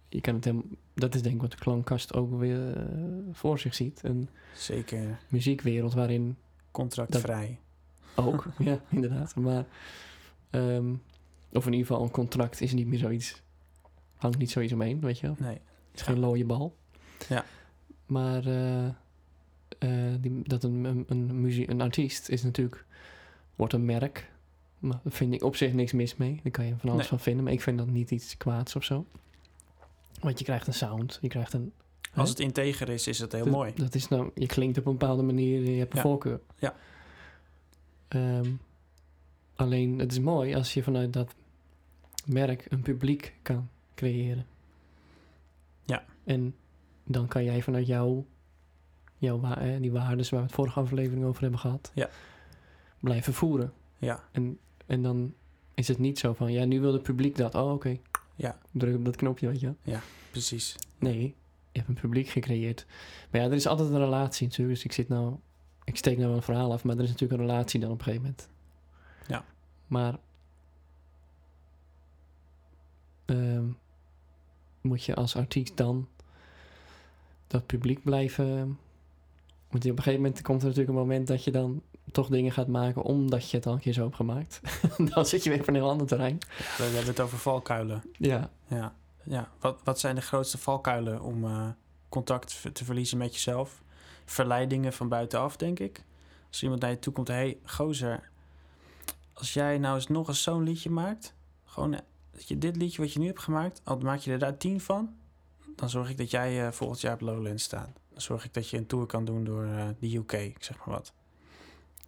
Speaker 2: Je kan het helemaal, dat is denk ik wat de klankkast ook weer eh, voor zich ziet. Een
Speaker 1: Zeker
Speaker 2: muziekwereld waarin
Speaker 1: contractvrij. [laughs]
Speaker 2: Ook, ja, inderdaad. Maar, ehm, of in ieder geval, een contract is niet meer zoiets. Hangt niet zoiets omheen, weet je wel.
Speaker 1: Nee.
Speaker 2: Het is geen looie bal.
Speaker 1: Ja.
Speaker 2: Maar eh, eh, die, dat een, een, een, muzie- een artiest is natuurlijk, wordt een merk. Maar daar vind ik op zich niks mis mee. Daar kan je van alles
Speaker 1: Nee.
Speaker 2: van vinden. Maar ik vind dat niet iets kwaads of zo. Want je krijgt een sound. Je krijgt een...
Speaker 1: Als het integer is, is het heel
Speaker 2: dat,
Speaker 1: mooi.
Speaker 2: Dat is nou, je klinkt op een bepaalde manier. Je hebt een
Speaker 1: Ja.
Speaker 2: voorkeur.
Speaker 1: Ja.
Speaker 2: Ehm, alleen, het is mooi als je vanuit dat merk een publiek kan creëren.
Speaker 1: Ja.
Speaker 2: En dan kan jij vanuit jouw, jouw wa- eh, die waarden waar we het vorige aflevering over hebben gehad,
Speaker 1: Ja.
Speaker 2: blijven voeren.
Speaker 1: Ja,
Speaker 2: En, en dan is het niet zo van, ja, nu wil het publiek dat. Oh, oké.
Speaker 1: Ja.
Speaker 2: Druk op dat knopje, weet je. wel.
Speaker 1: precies.
Speaker 2: Nee, je hebt een publiek gecreëerd. Maar ja, er is altijd een relatie natuurlijk. Dus ik zit nou, ik steek nou wel een verhaal af, maar er is natuurlijk een relatie dan op een gegeven moment.
Speaker 1: Ja.
Speaker 2: Maar ehm, moet je als artiest dan dat publiek blijven? Want op een gegeven moment komt er natuurlijk een moment dat je dan toch dingen gaat maken omdat je het al een keer zo hebt gemaakt. [laughs] dan zit je weer op een heel ander terrein.
Speaker 1: We hebben het over valkuilen.
Speaker 2: Ja,
Speaker 1: Ja, ja. Wat, wat zijn de grootste valkuilen om eh, contact v- te verliezen met jezelf? Verleidingen van buitenaf, denk ik. Als iemand naar je toe komt, hé, hey, gozer, als jij nou eens nog eens zo'n liedje maakt, gewoon eh, dat je dit liedje wat je nu hebt gemaakt, al maak je er daar tien van, dan zorg ik dat jij eh, volgend jaar op Lowlands staat. Dan zorg ik dat je een tour kan doen door eh, de UK, ik zeg maar wat.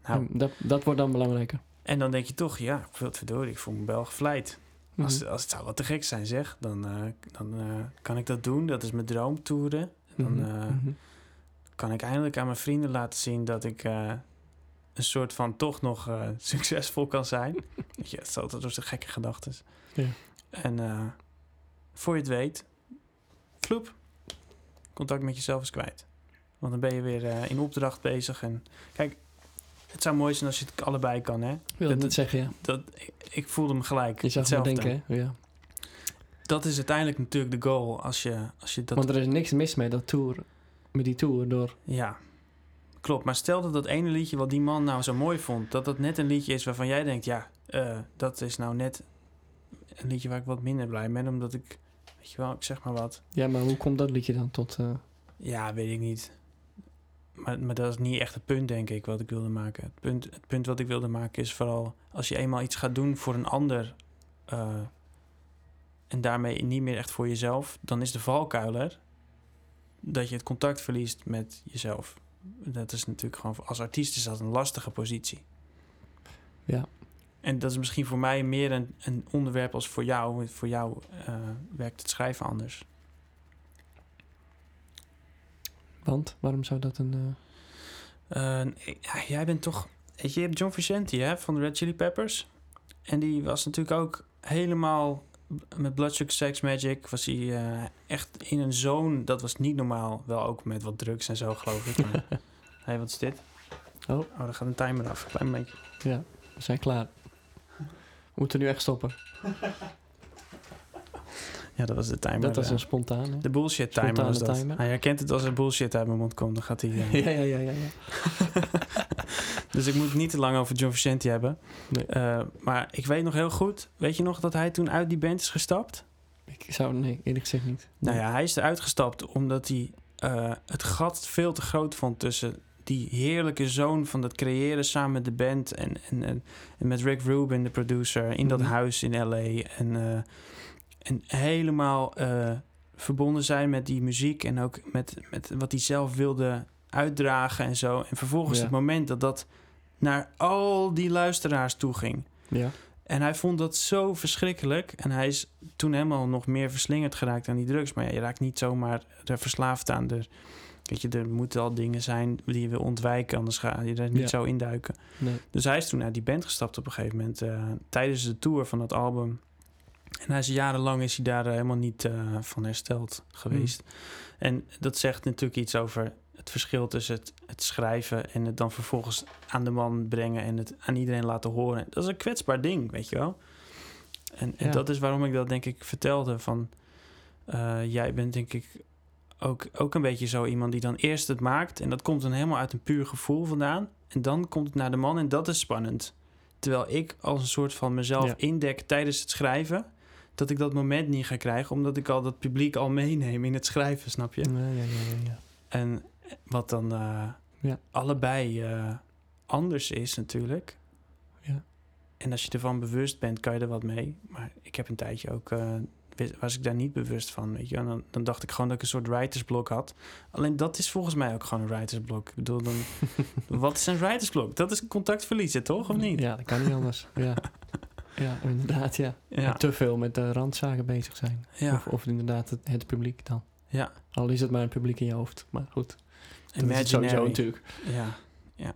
Speaker 1: Nou,
Speaker 2: dat, dat wordt dan belangrijker.
Speaker 1: en dan denk je toch, ja, verdorie, ik voel me wel gevleid. Als,
Speaker 2: Mhm.
Speaker 1: als het zou wat te gek zijn, zeg, dan, eh, dan eh, kan ik dat doen. Dat is mijn droomtoeren. Dan
Speaker 2: Mhm,
Speaker 1: eh,
Speaker 2: mhm.
Speaker 1: kan ik eindelijk aan mijn vrienden laten zien dat ik eh, een soort van toch nog eh, [laughs] succesvol kan
Speaker 2: [laughs]
Speaker 1: zijn. Weet je, het is altijd door zijn gekke gedachten.
Speaker 2: Ja.
Speaker 1: En eh, voor je het weet, vloep, contact met jezelf is kwijt. Want dan ben je weer eh, in opdracht bezig. En kijk, het zou mooi zijn als je het allebei kan, hè?
Speaker 2: Ik wil
Speaker 1: Dat-
Speaker 2: het niet zeggen, ja.
Speaker 1: Dat, ik, ik voelde hem gelijk.
Speaker 2: Je zou het
Speaker 1: hetzelfde.
Speaker 2: denken, hè? Ja.
Speaker 1: Dat is uiteindelijk natuurlijk de goal. Als je, als je dat.
Speaker 2: Want er is niks mis met dat tour, met die tour door.
Speaker 1: Ja, klopt. Maar stel dat dat ene liedje wat die man nou zo mooi vond, dat dat net een liedje is waarvan jij denkt: ja, eh, dat is nou net een liedje waar ik wat minder blij mee ben, omdat ik, weet je wel, ik zeg maar wat.
Speaker 2: Ja, maar hoe komt dat liedje dan tot... eh,
Speaker 1: Ja, weet ik niet. Maar, maar dat is niet echt het punt, denk ik, wat ik wilde maken. Het punt, het punt wat ik wilde maken is vooral als je eenmaal iets gaat doen voor een ander eh, en daarmee niet meer echt voor jezelf, dan is de valkuiler dat je het contact verliest met jezelf. Dat is natuurlijk gewoon, als artiest is dat een lastige positie.
Speaker 2: Ja.
Speaker 1: En dat is misschien voor mij meer een, een onderwerp als voor jou. want Voor jou eh, werkt het schrijven anders.
Speaker 2: want, waarom zou dat een... eh,
Speaker 1: Eh, ja, jij bent toch. weet je, je hebt John Vicente hè, van de Red Chili Peppers. En die was natuurlijk ook helemaal met Blood Sugar Sex Magic. Was hij eh, echt in een zone. Dat was niet normaal. Wel ook met wat drugs en zo, geloof ik. Maar- [laughs] Hé, wat is dit?
Speaker 2: Oh.
Speaker 1: oh, daar gaat een timer af. Klein beetje.
Speaker 2: we zijn klaar. We moeten nu echt stoppen.
Speaker 1: Ja, dat was de timer.
Speaker 2: dat was
Speaker 1: eh,
Speaker 2: een spontane.
Speaker 1: de bullshit timer. Was
Speaker 2: spontane
Speaker 1: dat.
Speaker 2: timer.
Speaker 1: Hij herkent het als er bullshit uit mijn mond komt. Dan gaat hij. [laughs] eh,
Speaker 2: [laughs] Ja, ja, ja, ja. ja.
Speaker 1: Dus ik moet het niet te lang over John Vicente hebben.
Speaker 2: Nee.
Speaker 1: Eh, maar ik weet nog heel goed. Weet je nog dat hij toen uit die band is gestapt?
Speaker 2: Ik zou... Nee, eerlijk gezegd niet.
Speaker 1: Nou ja, hij is eruit gestapt omdat hij eh, het gat veel te groot vond tussen die heerlijke zoon van dat creëren samen met de band en, en, en, en met Rick Rubin, de producer, in dat
Speaker 2: Mhm.
Speaker 1: huis in LA. En, eh, en helemaal eh, verbonden zijn met die muziek en ook met, met wat hij zelf wilde uitdragen en zo. En vervolgens
Speaker 2: Ja.
Speaker 1: het moment dat dat naar al die luisteraars toe ging.
Speaker 2: Ja.
Speaker 1: En hij vond dat zo verschrikkelijk. En hij is toen helemaal nog meer verslingerd geraakt aan die drugs. Maar ja, je raakt niet zomaar er verslaafd aan. Er, weet je, er moeten al dingen zijn die je wil ontwijken. Anders ga je er niet
Speaker 2: Ja.
Speaker 1: zo induiken.
Speaker 2: Nee.
Speaker 1: Dus hij is toen uit die band gestapt op een gegeven moment. eh, tijdens de tour van dat album. En hij is jarenlang is hij daar eh, helemaal niet eh, van hersteld geweest. En dat zegt natuurlijk iets over het verschil tussen het, het schrijven en het dan vervolgens aan de man brengen en het aan iedereen laten horen. Dat is een kwetsbaar ding, weet je wel. En, en
Speaker 2: Ja.
Speaker 1: dat is waarom ik dat denk ik vertelde van eh, jij bent denk ik ook, ook een beetje zo iemand die dan eerst het maakt en dat komt dan helemaal uit een puur gevoel vandaan. En dan komt het naar de man en dat is spannend. Terwijl ik als een soort van mezelf
Speaker 2: Ja.
Speaker 1: indek tijdens het schrijven... dat ik dat moment niet ga krijgen... omdat ik al dat publiek al meeneem in het schrijven, snap je?
Speaker 2: Ja, ja, ja, ja, ja.
Speaker 1: En wat dan eh,
Speaker 2: Ja.
Speaker 1: allebei eh, anders is natuurlijk.
Speaker 2: Ja.
Speaker 1: En als je ervan bewust bent, kan je er wat mee. Maar ik heb een tijdje ook... eh, wist- was ik daar niet bewust van, weet je. En dan, dan dacht ik gewoon dat ik een soort writersblok had. Alleen dat is volgens mij ook gewoon een writersblok. Ik bedoel,
Speaker 2: [laughs]
Speaker 1: dan, wat is een writersblok? Dat is contact verliezen, toch? Of niet?
Speaker 2: Ja, dat kan niet
Speaker 1: [laughs]
Speaker 2: anders. ja. ja, inderdaad, ja. En
Speaker 1: Ja.
Speaker 2: Te veel met de randzaken bezig zijn.
Speaker 1: ja.
Speaker 2: Of, of inderdaad het, het publiek dan.
Speaker 1: Ja.
Speaker 2: Al is het maar een publiek in je hoofd. Maar goed, dat is het sowieso
Speaker 1: Imaginary.
Speaker 2: natuurlijk.
Speaker 1: Ja. Ja.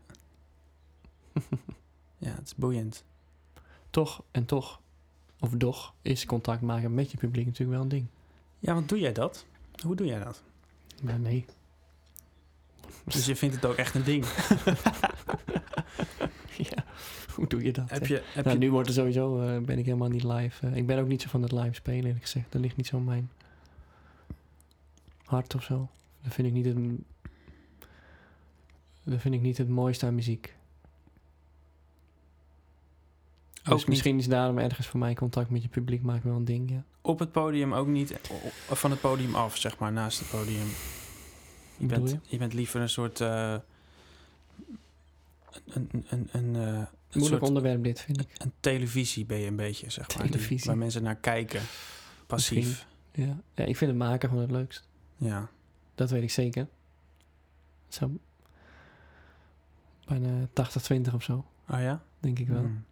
Speaker 2: [laughs]
Speaker 1: ja, het is boeiend.
Speaker 2: Toch en toch, of doch, is contact maken met je publiek natuurlijk wel een ding.
Speaker 1: Ja, want doe jij dat? Hoe doe jij dat?
Speaker 2: Maar nee. [laughs]
Speaker 1: Dus je vindt het ook echt een ding.
Speaker 2: ja, hoe doe je dat?
Speaker 1: Heb
Speaker 2: hè?
Speaker 1: je, heb
Speaker 2: nou,
Speaker 1: je,
Speaker 2: nu wordt er sowieso, eh, ben ik helemaal niet live. eh, ik ben ook niet zo van het live spelen, eerlijk gezegd. Dat ligt niet zo in mijn hart of zo. Dat vind ik niet het, m- dat vind ik niet het mooiste aan muziek.
Speaker 1: Ook
Speaker 2: Dus
Speaker 1: niet.
Speaker 2: misschien is daarom ergens voor mij contact met je publiek maakt wel een ding, ja.
Speaker 1: op het podium ook niet o- van het podium af, zeg maar, naast het podium. Je
Speaker 2: Wat bedoel
Speaker 1: bent, je? bent liever een soort. eh, een, een, een, een, eh, een soort
Speaker 2: Moeilijk onderwerp dit, vind ik.
Speaker 1: een televisie ben je een beetje, zeg maar. die-
Speaker 2: Televisie.
Speaker 1: waar mensen naar kijken. Passief.
Speaker 2: Misschien. Ja. ja, ik vind het maken gewoon het leukst.
Speaker 1: Ja.
Speaker 2: Dat weet ik zeker. Zo bijna 80-20 of zo,
Speaker 1: Oh ja?
Speaker 2: denk ik wel.
Speaker 1: Hmm.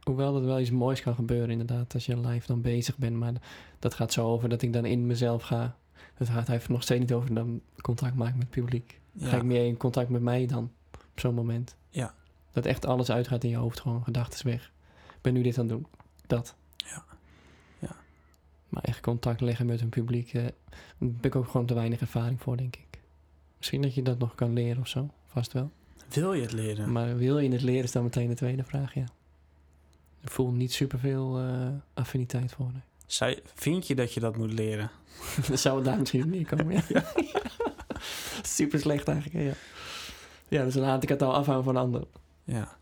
Speaker 2: Hoewel dat wel iets moois kan gebeuren, inderdaad, als je live dan bezig bent. Maar dat gaat zo over dat ik dan in mezelf ga. Het gaat hij heeft nog steeds niet over dan contact maken met het publiek. Ga ik
Speaker 1: Ja.
Speaker 2: meer in contact met mij dan op zo'n moment?
Speaker 1: Ja.
Speaker 2: Dat echt alles uitgaat in je hoofd, gewoon gedachten weg. Ik ben nu dit aan het doen, dat.
Speaker 1: Ja. Ja.
Speaker 2: Maar echt contact leggen met een publiek, eh, daar heb ik ook gewoon te weinig ervaring voor, denk ik. Misschien dat je dat nog kan leren of zo, vast wel.
Speaker 1: Wil je het leren?
Speaker 2: Maar wil je het leren is dan meteen de tweede vraag, ja. Ik voel niet superveel eh affiniteit voor. nee. [laughs]
Speaker 1: Zou je- vind je dat je dat moet leren?
Speaker 2: Dan zou het daar misschien niet komen,
Speaker 1: [laughs]
Speaker 2: ja. [laughs] Super slecht eigenlijk, ja. Ja, dus dan laat ik het al afhangen van anderen.
Speaker 1: Ja.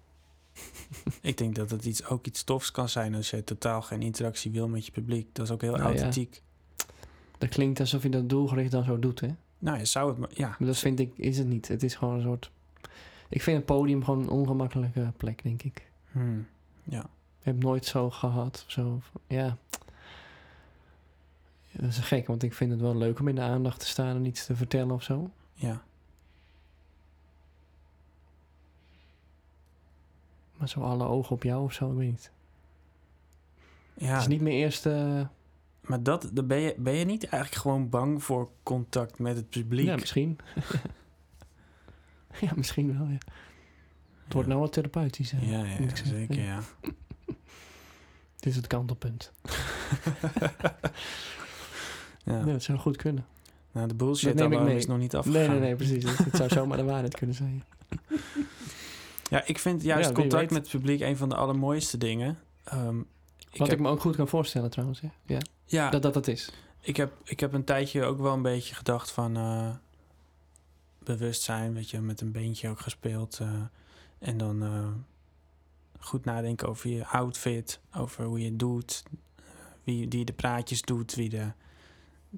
Speaker 1: [laughs] ik denk dat het iets, ook iets tofs kan zijn als je totaal geen interactie wil met je publiek. Dat is ook heel
Speaker 2: Nou ja.
Speaker 1: authentiek.
Speaker 2: Dat klinkt alsof je dat doelgericht dan zo doet, hè.
Speaker 1: Nou ja, zou het maar. Ja,
Speaker 2: Maar dat vind ik, is het niet. Het is gewoon een soort... Ik vind het podium gewoon een ongemakkelijke plek, denk ik.
Speaker 1: Hmm.
Speaker 2: Ik heb nooit zo gehad. of Zo, ja. Dat is gek, want ik vind het wel leuk om in de aandacht te staan en iets te vertellen of zo.
Speaker 1: ja.
Speaker 2: Maar zo alle ogen op jou of zo, ik weet niet.
Speaker 1: ja
Speaker 2: Het is niet mijn eerste... eh,
Speaker 1: maar dat, dan ben, je, ben je niet eigenlijk gewoon bang voor contact met het publiek?
Speaker 2: Ja, misschien. [laughs] ja, misschien wel, ja. Het wordt nou wat therapeutisch, hè.
Speaker 1: Ja, ja,
Speaker 2: moet ik zeggen.
Speaker 1: zeker, ja.
Speaker 2: Dit is het kantelpunt.
Speaker 1: ja.
Speaker 2: Ja, het zou goed kunnen.
Speaker 1: Nou, de bullshit
Speaker 2: Dat neem ik
Speaker 1: alarm
Speaker 2: mee.
Speaker 1: is nog niet afgegaan.
Speaker 2: Nee, nee, nee, precies. Het het zou zomaar de waarheid kunnen zijn.
Speaker 1: Ja, ik vind juist
Speaker 2: Ja, wie
Speaker 1: contact
Speaker 2: weet.
Speaker 1: met het publiek een van de allermooiste dingen. Ehm, ik
Speaker 2: Wat ik,
Speaker 1: heb, Ah.
Speaker 2: me ook goed kan voorstellen trouwens. hè. Ja.
Speaker 1: ja,
Speaker 2: Dat dat het is.
Speaker 1: ik, heb, ik heb een tijdje ook wel een beetje gedacht van eh, bewustzijn, weet je, met een beentje ook gespeeld. eh, en dan eh, goed nadenken over je outfit, over hoe je het doet, eh, wie die de praatjes doet, wie, de,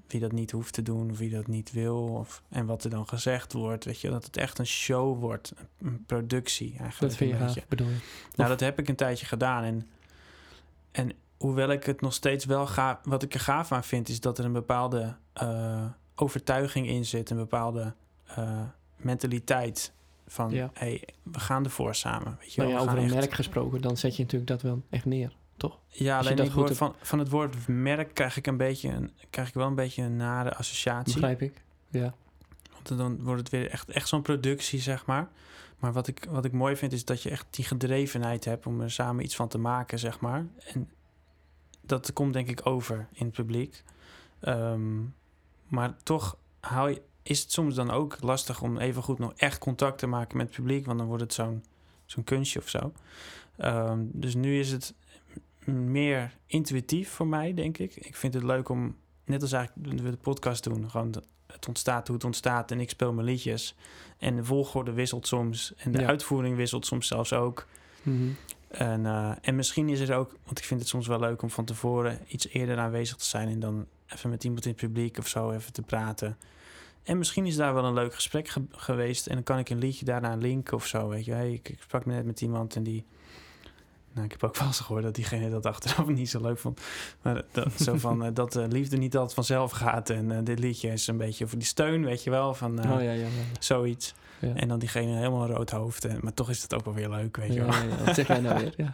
Speaker 1: wie dat niet hoeft te doen, wie dat niet wil. Of, en wat er dan gezegd wordt, weet je, dat het echt een show wordt, een- een productie eigenlijk.
Speaker 2: Dat vind je
Speaker 1: een beetje.
Speaker 2: gaaf, bedoel je.
Speaker 1: Nou,
Speaker 2: Of-
Speaker 1: dat heb ik een tijdje gedaan. En, en hoewel ik het nog steeds wel ga, wat ik er gaaf aan vind, is dat er een bepaalde eh, overtuiging in zit, een bepaalde eh, mentaliteit van,
Speaker 2: Ja.
Speaker 1: hey, we gaan ervoor samen. Weet je
Speaker 2: Maar
Speaker 1: wel,
Speaker 2: Nou
Speaker 1: we
Speaker 2: ja, over
Speaker 1: gaan
Speaker 2: een
Speaker 1: echt- Ah,
Speaker 2: merk gesproken, dan zet je natuurlijk dat wel echt neer.
Speaker 1: Ja,
Speaker 2: als je
Speaker 1: alleen
Speaker 2: dat
Speaker 1: ik
Speaker 2: goed
Speaker 1: hoor
Speaker 2: hebt-
Speaker 1: van, van het woord merk krijg ik een beetje, een, krijg ik wel een beetje een nare associatie.
Speaker 2: Begrijp ik. Ja.
Speaker 1: Want dan wordt het weer echt, echt zo'n productie, zeg maar. Maar wat ik, wat ik mooi vind, is dat je echt die gedrevenheid hebt om er samen iets van te maken, zeg maar. En dat komt denk ik over in het publiek. Ehm, maar toch hou je, is het soms dan ook lastig om even goed nog echt contact te maken met het publiek, want dan wordt het zo'n zo'n kunstje of zo. Ehm, dus nu is het m- meer intuïtief voor mij, denk ik. Ik vind het leuk om, net als eigenlijk we de podcast doen, gewoon dat- het ontstaat hoe het ontstaat en ik speel mijn liedjes. En de volgorde wisselt soms en de
Speaker 2: Ja.
Speaker 1: uitvoering wisselt soms zelfs ook.
Speaker 2: Mhm.
Speaker 1: En, eh, en misschien is het ook, want ik vind het soms wel leuk om van tevoren iets eerder aanwezig te zijn en dan even met iemand in het publiek of zo even te praten. En misschien is daar wel een leuk gesprek ge- geweest en dan kan ik een liedje daarna linken of zo. Weet je, hey, ik, ik sprak net met iemand en die. Nou, ik heb ook wel eens gehoord dat diegene dat achteraf [laughs] niet zo leuk vond. Maar dat,
Speaker 2: [laughs]
Speaker 1: zo van eh, dat eh, liefde niet altijd vanzelf gaat. En eh, dit liedje is een beetje voor die steun, weet je wel. Van, eh,
Speaker 2: Oh ja, ja, ja.
Speaker 1: Zoiets.
Speaker 2: Ja.
Speaker 1: En dan diegene helemaal een rood hoofd. En, maar toch is het ook wel weer leuk, weet je
Speaker 2: ja,
Speaker 1: wel.
Speaker 2: ja, ja. Wat zeg jij nou weer?
Speaker 1: [laughs]
Speaker 2: Ja.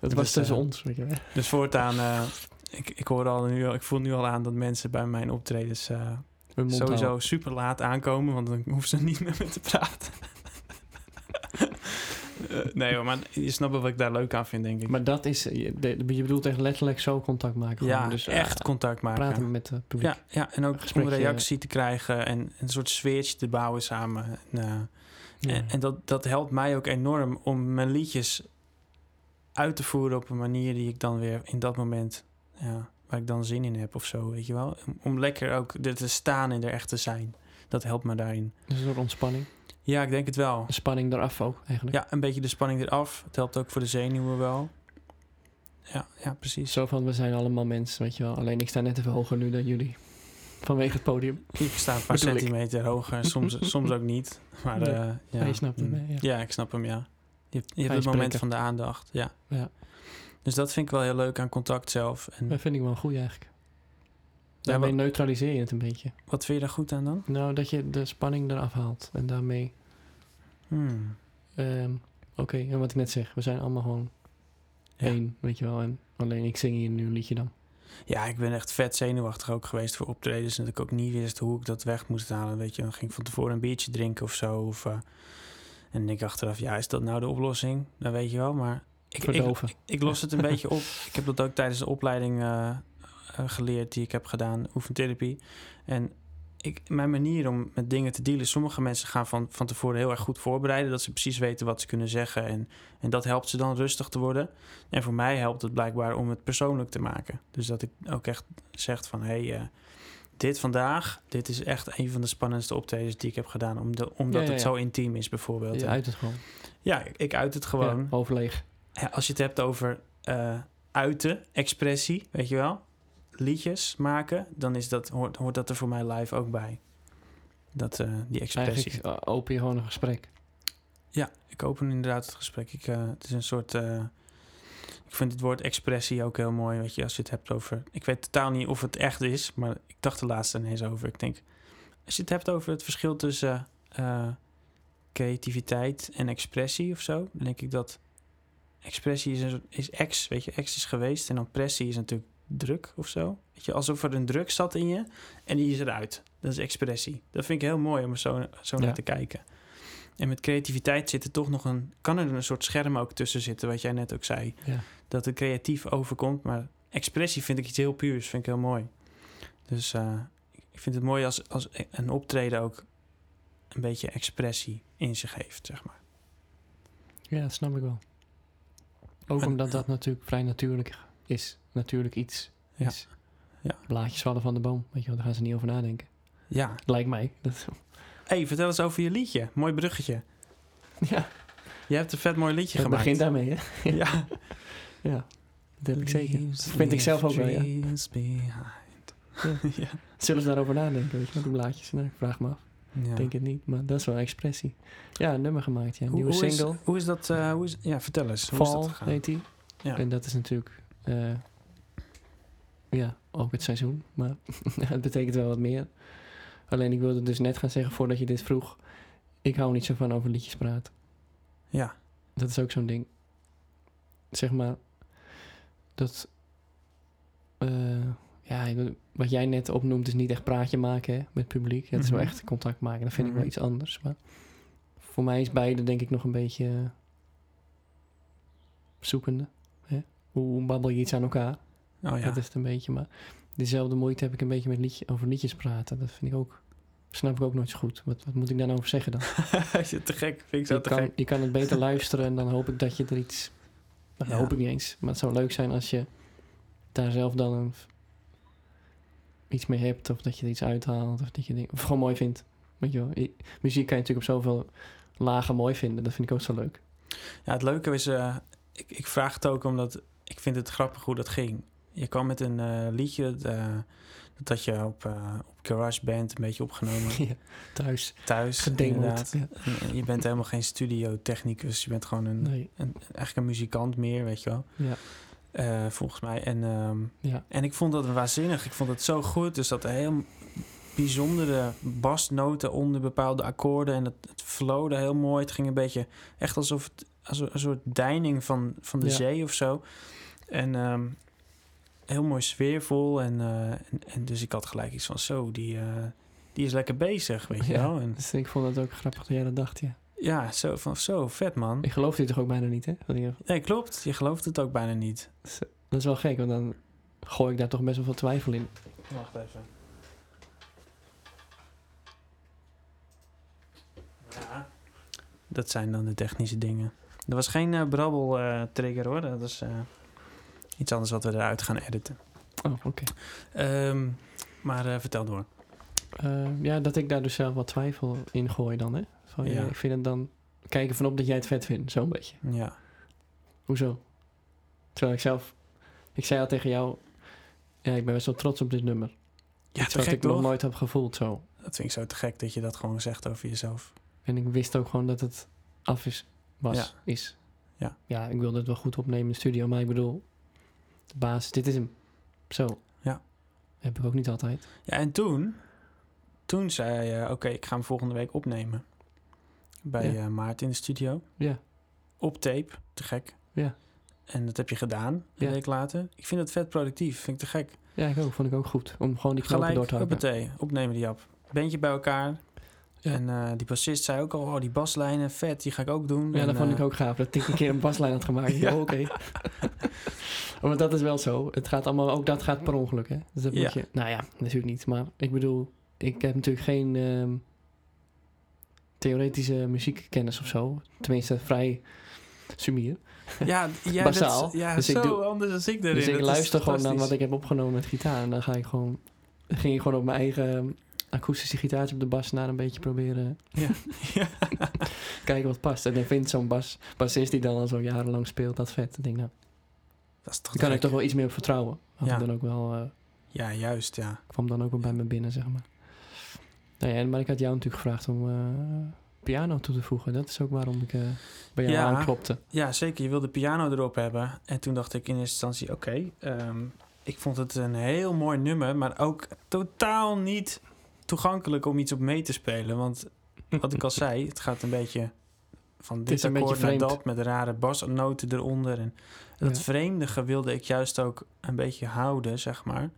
Speaker 2: Dat was
Speaker 1: Dus,
Speaker 2: tussen
Speaker 1: eh,
Speaker 2: ons, weet je wel.
Speaker 1: Dus voortaan, eh, ik, ik, hoor al nu, al- ik voel nu al aan dat mensen bij mijn optredens eh,
Speaker 2: Hun mond
Speaker 1: sowieso
Speaker 2: houden.
Speaker 1: super laat aankomen, want dan hoeven ze [laughs] niet meer met te praten. [laughs] Eh, nee hoor, maar je snapt wel wat ik daar leuk aan vind, denk ik.
Speaker 2: Maar dat is, je, de- je bedoelt echt letterlijk zo contact maken. gewoon.
Speaker 1: ja,
Speaker 2: dus, eh,
Speaker 1: echt contact maken.
Speaker 2: Praten met het publiek.
Speaker 1: Ja, ja, en ook om een
Speaker 2: Gesprekje.
Speaker 1: reactie te krijgen en een soort sfeertje te bouwen samen. En, eh,
Speaker 2: Ja.
Speaker 1: En, en dat, dat helpt mij ook enorm om mijn liedjes uit te voeren op een manier die ik dan weer in dat moment, ja, waar ik dan zin in heb of zo, weet je wel. Om, om lekker ook er te staan en er echt te zijn. Dat helpt me daarin.
Speaker 2: Dus een soort ontspanning.
Speaker 1: Ja, ik denk het wel.
Speaker 2: De spanning eraf ook, eigenlijk.
Speaker 1: Ja, een beetje de spanning eraf. Het helpt ook voor de zenuwen wel. Ja, ja precies.
Speaker 2: Zo van, we zijn allemaal mensen, weet je wel. Alleen ik sta net even hoger nu dan jullie. Vanwege het podium.
Speaker 1: Ik sta een paar
Speaker 2: Bedoel ik.
Speaker 1: centimeter hoger, soms, soms ook niet. Maar
Speaker 2: Nee,
Speaker 1: eh, ja.
Speaker 2: hij snapt hem,
Speaker 1: Mm.
Speaker 2: hè, ja.
Speaker 1: ik snap hem, ja. Je, hebt- je hebt
Speaker 2: Hij
Speaker 1: het
Speaker 2: is
Speaker 1: moment
Speaker 2: prikker.
Speaker 1: van de aandacht, ja.
Speaker 2: Ja.
Speaker 1: Dus dat vind ik wel heel leuk aan contact zelf. En
Speaker 2: Dat vind ik wel goed eigenlijk. Daarmee
Speaker 1: wat-
Speaker 2: neutraliseer je het een beetje.
Speaker 1: wat vind je daar goed aan dan?
Speaker 2: Nou, dat je de spanning eraf haalt. En daarmee,
Speaker 1: Hmm.
Speaker 2: ehm, oké, en wat ik net zeg. We zijn allemaal gewoon
Speaker 1: Ja.
Speaker 2: één, weet je wel. En alleen ik zing hier nu een liedje dan.
Speaker 1: Ja, ik ben echt vet zenuwachtig ook geweest voor optredens. En dat ik ook niet wist hoe ik dat weg moest halen. Weet je, dan ging ik van tevoren een biertje drinken of zo. Of, eh, en ik achteraf, ja, is dat nou de oplossing? Dat weet je wel, maar... Ik, ik,
Speaker 2: Verdoven.
Speaker 1: ik los het een beetje op. Ik heb dat ook tijdens de opleiding eh, eh, geleerd die ik heb gedaan, oefentherapie. En ik, mijn manier om met dingen te dealen... Sommige mensen gaan van, van tevoren heel erg goed voorbereiden... dat ze precies weten wat ze kunnen zeggen. En, en dat helpt ze dan rustig te worden. En voor mij helpt het blijkbaar om het persoonlijk te maken. Dus dat ik ook echt zeg van... Hey, eh, dit vandaag, dit is echt een van de spannendste optredens die ik heb gedaan. Omdat, omdat
Speaker 2: ja,
Speaker 1: het
Speaker 2: ja.
Speaker 1: zo intiem is bijvoorbeeld.
Speaker 2: je
Speaker 1: En-
Speaker 2: uit het gewoon.
Speaker 1: Ja, ik- ik uit het gewoon.
Speaker 2: Ja, overleeg.
Speaker 1: Ja, als je het hebt over eh, uiten, expressie, weet je wel, liedjes maken, dan is dat, hoort, hoort dat er voor mij live ook bij. Dat, eh, die expressie.
Speaker 2: Eigenlijk eh, open je gewoon een gesprek.
Speaker 1: Ik open inderdaad het gesprek. Ik, eh, het is een soort. eh, ik vind het woord expressie ook heel mooi. Weet je, als je het hebt over. Ik weet totaal niet of het echt is, maar ik dacht er laatst ineens over. Ik denk. Als je het hebt over het verschil tussen eh, creativiteit en expressie of zo, dan denk ik dat. Expressie is, een soort, is ex, weet je, ex is geweest en dan pressie is natuurlijk druk of zo. Weet je, alsof er een druk zat in je en die is eruit. Dat is expressie. Dat vind ik heel mooi om er zo, zo naar
Speaker 2: Ja.
Speaker 1: te kijken. En met creativiteit zit er toch nog een... kan er een soort scherm ook tussen zitten, wat jij net ook zei.
Speaker 2: Ja.
Speaker 1: Dat het creatief overkomt, maar expressie vind ik iets heel puurs. Vind ik heel mooi. Dus eh, ik vind het mooi als, als een optreden ook een beetje expressie in zich heeft, zeg maar.
Speaker 2: Ja, dat snap ik wel. Ook
Speaker 1: En-
Speaker 2: omdat dat natuurlijk vrij natuurlijk is. Natuurlijk iets.
Speaker 1: Ja.
Speaker 2: Is.
Speaker 1: Ja.
Speaker 2: Blaadjes vallen van de boom. Weet je wel, daar gaan ze niet over nadenken.
Speaker 1: Ja.
Speaker 2: Lijkt mij. Dat, [laughs]
Speaker 1: hey, vertel eens over je liedje. Mooi bruggetje.
Speaker 2: ja,
Speaker 1: Je hebt een vet mooi liedje
Speaker 2: het
Speaker 1: gemaakt.
Speaker 2: begint daarmee, hè?
Speaker 1: [laughs]
Speaker 2: [laughs]
Speaker 1: Ja,
Speaker 2: Ja, dat heb ik zeker. vind ik zelf ook wel, ja.
Speaker 1: ja.
Speaker 2: Zullen ze daarover nadenken, weet je wel, die blaadjes? Nou, ik vraag me af.
Speaker 1: Ja.
Speaker 2: Ik denk het niet, maar dat is wel expressie. Ja, een nummer gemaakt, ja. Een
Speaker 1: Hoe-
Speaker 2: nieuwe
Speaker 1: hoe
Speaker 2: single.
Speaker 1: Is, hoe is dat? eh, hoe is, ja, vertel eens. Hoe is
Speaker 2: Fall
Speaker 1: dat gegaan?
Speaker 2: heet die.
Speaker 1: Ja.
Speaker 2: En dat is natuurlijk... eh, ja, ook het seizoen. Maar [laughs] het betekent wel wat meer. Alleen ik wilde dus net gaan zeggen voordat je dit vroeg... Ik hou niet zo van over liedjes praten.
Speaker 1: Ja,
Speaker 2: Dat is ook zo'n ding. Zeg maar... Dat... eh, ja, wat jij net opnoemt is niet echt praatje maken hè, met publiek. Het is wel
Speaker 1: Mhm.
Speaker 2: echt contact maken. Dat vind ik
Speaker 1: Mhm.
Speaker 2: wel iets anders. Maar voor mij is beide denk ik nog een beetje... eh, zoekende. Hè? Hoe babbel je iets aan elkaar?
Speaker 1: oh ja. [laughs]
Speaker 2: Dat is het een beetje. Maar dezelfde moeite heb ik een beetje met liedje, over liedjes praten. Dat vind ik ook. Snap ik ook nooit zo goed. Wat, wat moet ik daar nou over zeggen dan?
Speaker 1: Is het te gek. Vind ik zo
Speaker 2: Je
Speaker 1: te
Speaker 2: kan,
Speaker 1: gek.
Speaker 2: je kan het beter luisteren en dan hoop ik dat je er iets. Nou, dat
Speaker 1: Ja.
Speaker 2: hoop ik niet eens. Maar het zou leuk zijn als je daar zelf dan een, iets mee hebt of dat je er iets uithaalt of dat je dingen, of gewoon mooi vindt. Weet je wel, I- muziek kan je natuurlijk op zoveel lagen mooi vinden. Dat vind ik ook zo leuk.
Speaker 1: Ja, het leuke is, eh, ik, ik vraag het ook omdat ik vind het grappig hoe dat ging. Je kwam met een eh, liedje, dat, eh, dat had je op, eh op GarageBand een beetje opgenomen
Speaker 2: [laughs] Ja, thuis
Speaker 1: thuis.
Speaker 2: gedemeld.
Speaker 1: inderdaad.
Speaker 2: Ja,
Speaker 1: En- en Je bent helemaal geen studiotechnicus, je bent gewoon een,
Speaker 2: nee,
Speaker 1: een- eigenlijk een muzikant meer, weet je wel.
Speaker 2: ja,
Speaker 1: Eh, volgens mij. En, ehm,
Speaker 2: ja,
Speaker 1: en ik vond dat waanzinnig. Ik vond het zo goed. Dus dat heel bijzondere basnoten onder bepaalde akkoorden. En het, het flowde heel mooi. Het ging een beetje echt alsof het als een, een soort deining van, van de
Speaker 2: Ja.
Speaker 1: zee of zo. En ehm, heel mooi sfeervol. En, eh, en, en dus ik had gelijk iets van zo, die, eh, die is lekker bezig, weet je
Speaker 2: Ja.
Speaker 1: wel. En,
Speaker 2: dus ik vond het ook grappig dat jij dat dacht, ja.
Speaker 1: ja, zo, van, zo vet man.
Speaker 2: Ik geloof dit toch ook bijna niet, hè? Dat ik-
Speaker 1: Nee, klopt. Je gelooft het ook bijna niet.
Speaker 2: Dat is wel gek, want dan gooi ik daar toch best wel veel twijfel in.
Speaker 1: Wacht even. Ja. Dat zijn dan de technische dingen. Er was geen eh, brabbel eh, trigger hoor. Dat is eh, iets anders wat we eruit gaan editen.
Speaker 2: Oh, oké.
Speaker 1: Ehm, maar eh, vertel door.
Speaker 2: Eh, ja, dat ik daar dus zelf wat twijfel in gooi dan, hè? Van, ja.
Speaker 1: Ja.
Speaker 2: ik vind het dan... Kijken vanop dat jij het vet vindt, zo'n beetje.
Speaker 1: Ja.
Speaker 2: Hoezo? Terwijl ik zelf... Ik zei al tegen jou... Ja, ik ben best wel trots op dit nummer.
Speaker 1: Ja,
Speaker 2: Iets
Speaker 1: te
Speaker 2: wat
Speaker 1: gek
Speaker 2: ik
Speaker 1: toch?
Speaker 2: nog nooit heb gevoeld zo.
Speaker 1: Dat vind ik zo te gek dat je dat gewoon zegt over jezelf.
Speaker 2: En ik wist ook gewoon dat het af is, was,
Speaker 1: Ja.
Speaker 2: is.
Speaker 1: Ja.
Speaker 2: ja, ik wilde het wel goed opnemen in de studio, maar ik bedoel... De basis, dit is hem. Zo.
Speaker 1: Ja.
Speaker 2: Heb ik ook niet altijd.
Speaker 1: Ja, en toen... Toen zei je, oké, ik ga hem volgende week opnemen. Bij
Speaker 2: Ja.
Speaker 1: eh, Maarten in de studio.
Speaker 2: Ja.
Speaker 1: Op tape. Te gek.
Speaker 2: Ja.
Speaker 1: En dat heb je gedaan, een
Speaker 2: Ja.
Speaker 1: week later. Ik vind dat vet productief. Vind ik te gek.
Speaker 2: Ja, ik ook. Vond ik ook goed. Om gewoon die knopen door
Speaker 1: Gelijk,
Speaker 2: te hakken.
Speaker 1: hoppatee, opnemen die app. Bandje bij elkaar.
Speaker 2: Ja.
Speaker 1: En eh, die bassist zei ook al, oh, die baslijnen, vet, die ga ik ook doen.
Speaker 2: Ja,
Speaker 1: en,
Speaker 2: dat vond
Speaker 1: eh,
Speaker 2: ik ook gaaf. Dat ik een keer een baslijn had
Speaker 1: [laughs]
Speaker 2: gemaakt.
Speaker 1: Ja.
Speaker 2: ja, oké. Want dat is wel zo. Het gaat allemaal, ook dat gaat per ongeluk, hè? Dus dat moet
Speaker 1: Ja.
Speaker 2: je... Nou ja, natuurlijk niet. Maar ik bedoel, ik heb natuurlijk geen ehm, theoretische muziekkennis of zo. Tenminste, vrij sumier.
Speaker 1: [laughs]
Speaker 2: [laughs]
Speaker 1: Ja, d- jij
Speaker 2: Basaal.
Speaker 1: bent- ja
Speaker 2: Dus ik
Speaker 1: zo
Speaker 2: doe-
Speaker 1: anders als ik erin.
Speaker 2: Dus ik
Speaker 1: Dat is
Speaker 2: luister gewoon naar wat
Speaker 1: fantastisch.
Speaker 2: ik heb opgenomen met gitaar. En dan ga ik gewoon... Ging ik gewoon op mijn eigen ehm, akoestische gitaartje op de bas naar een beetje proberen... [laughs]
Speaker 1: Ja. Ja.
Speaker 2: Kijken wat past. En dan vindt zo'n bas, bassist die dan al zo jarenlang speelt, dat vet. Ik denk, nou,
Speaker 1: Dat is toch
Speaker 2: Daar kan ik
Speaker 1: gek.
Speaker 2: toch wel iets meer op vertrouwen. Had
Speaker 1: Ja.
Speaker 2: ik dan ook wel, eh,
Speaker 1: Ja, juist, ja.
Speaker 2: kwam dan ook wel bij me binnen, zeg maar. Nou ja, en- maar ik had jou natuurlijk gevraagd om eh, piano toe te voegen. Dat is ook waarom ik eh, bij jou
Speaker 1: Ja.
Speaker 2: aanklopte.
Speaker 1: Ja, zeker. Je wilde piano erop hebben. En toen dacht ik in eerste instantie, oké, ehm, ik vond het een heel mooi nummer, maar ook totaal niet toegankelijk om iets op mee te spelen. Want wat
Speaker 2: [laughs]
Speaker 1: ik al zei, het gaat een beetje van
Speaker 2: is
Speaker 1: dit
Speaker 2: een beetje
Speaker 1: akkoord naar
Speaker 2: vreemd.
Speaker 1: dat, met rare basnoten eronder. En dat
Speaker 2: Ja.
Speaker 1: vreemdige wilde ik juist ook een beetje houden, zeg maar.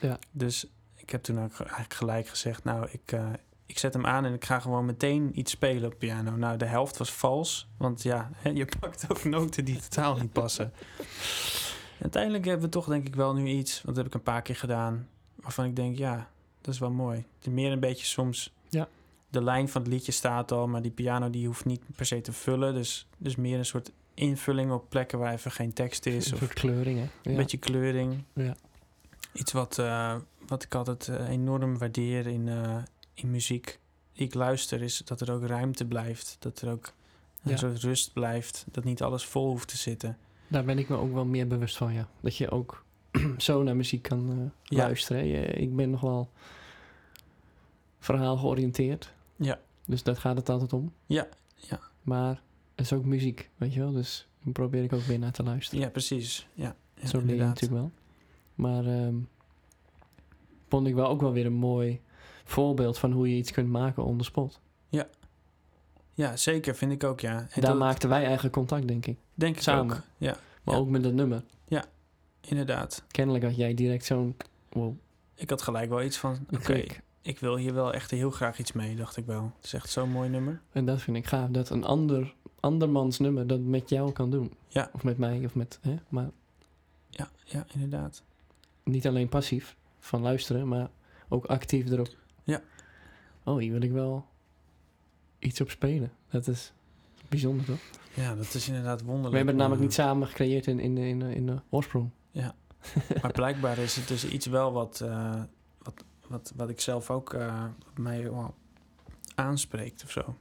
Speaker 2: Ja.
Speaker 1: Dus ik heb toen ook ge- eigenlijk gelijk gezegd, nou, ik, eh, ik zet hem aan en ik ga gewoon meteen iets spelen op piano. Nou, de helft was vals, want ja, hè, je [laughs] pakt ook noten die totaal niet passen. En uiteindelijk hebben we toch denk ik wel nu iets, want dat heb ik een paar keer gedaan, waarvan ik denk, ja, dat is wel mooi. Het is meer een beetje soms,
Speaker 2: Ja.
Speaker 1: de lijn van het liedje staat al, maar die piano die hoeft niet per se te vullen. Dus, dus meer een soort invulling op plekken waar even geen tekst
Speaker 2: [laughs] Een
Speaker 1: is. Of,
Speaker 2: soort kleuring, hè?
Speaker 1: een
Speaker 2: Ja.
Speaker 1: beetje kleuring.
Speaker 2: Ja.
Speaker 1: Iets wat, eh, wat ik altijd eh, enorm waardeer in, eh, in muziek die ik luister, is dat er ook ruimte blijft. Dat er ook een
Speaker 2: Ja.
Speaker 1: soort rust blijft. Dat niet alles vol hoeft te zitten.
Speaker 2: Daar ben ik me ook wel meer bewust van, ja. Dat je ook [clears throat] zo naar muziek kan eh,
Speaker 1: Ja.
Speaker 2: luisteren. hè. Je- ik ben nog wel verhaal georiënteerd.
Speaker 1: Ja.
Speaker 2: Dus daar gaat het altijd om.
Speaker 1: Ja, ja.
Speaker 2: Maar het is ook muziek, weet je wel. Dus daar probeer ik ook weer naar te luisteren.
Speaker 1: Ja, precies. Ja, ja,
Speaker 2: Zo leer je
Speaker 1: inderdaad.
Speaker 2: natuurlijk wel. Maar ehm, vond ik wel ook wel weer een mooi voorbeeld van hoe je iets kunt maken on the spot.
Speaker 1: Ja, zeker. Vind ik ook, ja. En
Speaker 2: Daar
Speaker 1: dat
Speaker 2: maakten wij eigenlijk contact, denk ik.
Speaker 1: denk ik
Speaker 2: samen.
Speaker 1: ook. Ja,
Speaker 2: Maar
Speaker 1: Ja.
Speaker 2: ook met dat nummer.
Speaker 1: inderdaad.
Speaker 2: Kennelijk had jij direct zo'n wow,
Speaker 1: Ik had gelijk wel iets van, oké,
Speaker 2: een klik.
Speaker 1: ik wil hier wel echt heel graag iets mee, dacht ik wel. Het is echt zo'n mooi nummer.
Speaker 2: En dat vind ik gaaf, dat een ander, andermans nummer dat met jou kan doen.
Speaker 1: Ja.
Speaker 2: Of met mij, of met, hè? maar
Speaker 1: Ja, ja inderdaad.
Speaker 2: niet alleen passief van luisteren, maar ook actief erop.
Speaker 1: Ja.
Speaker 2: Oh, hier wil ik wel iets op spelen. Dat is bijzonder, toch?
Speaker 1: Ja, dat is inderdaad wonderlijk. Eh,
Speaker 2: We hebben het namelijk
Speaker 1: maar-
Speaker 2: niet samen gecreëerd in, in, in, in de oorsprong.
Speaker 1: Maar blijkbaar is het dus iets wel wat, eh, wat, wat ik zelf ook eh, wat mij wel aanspreekt of zo.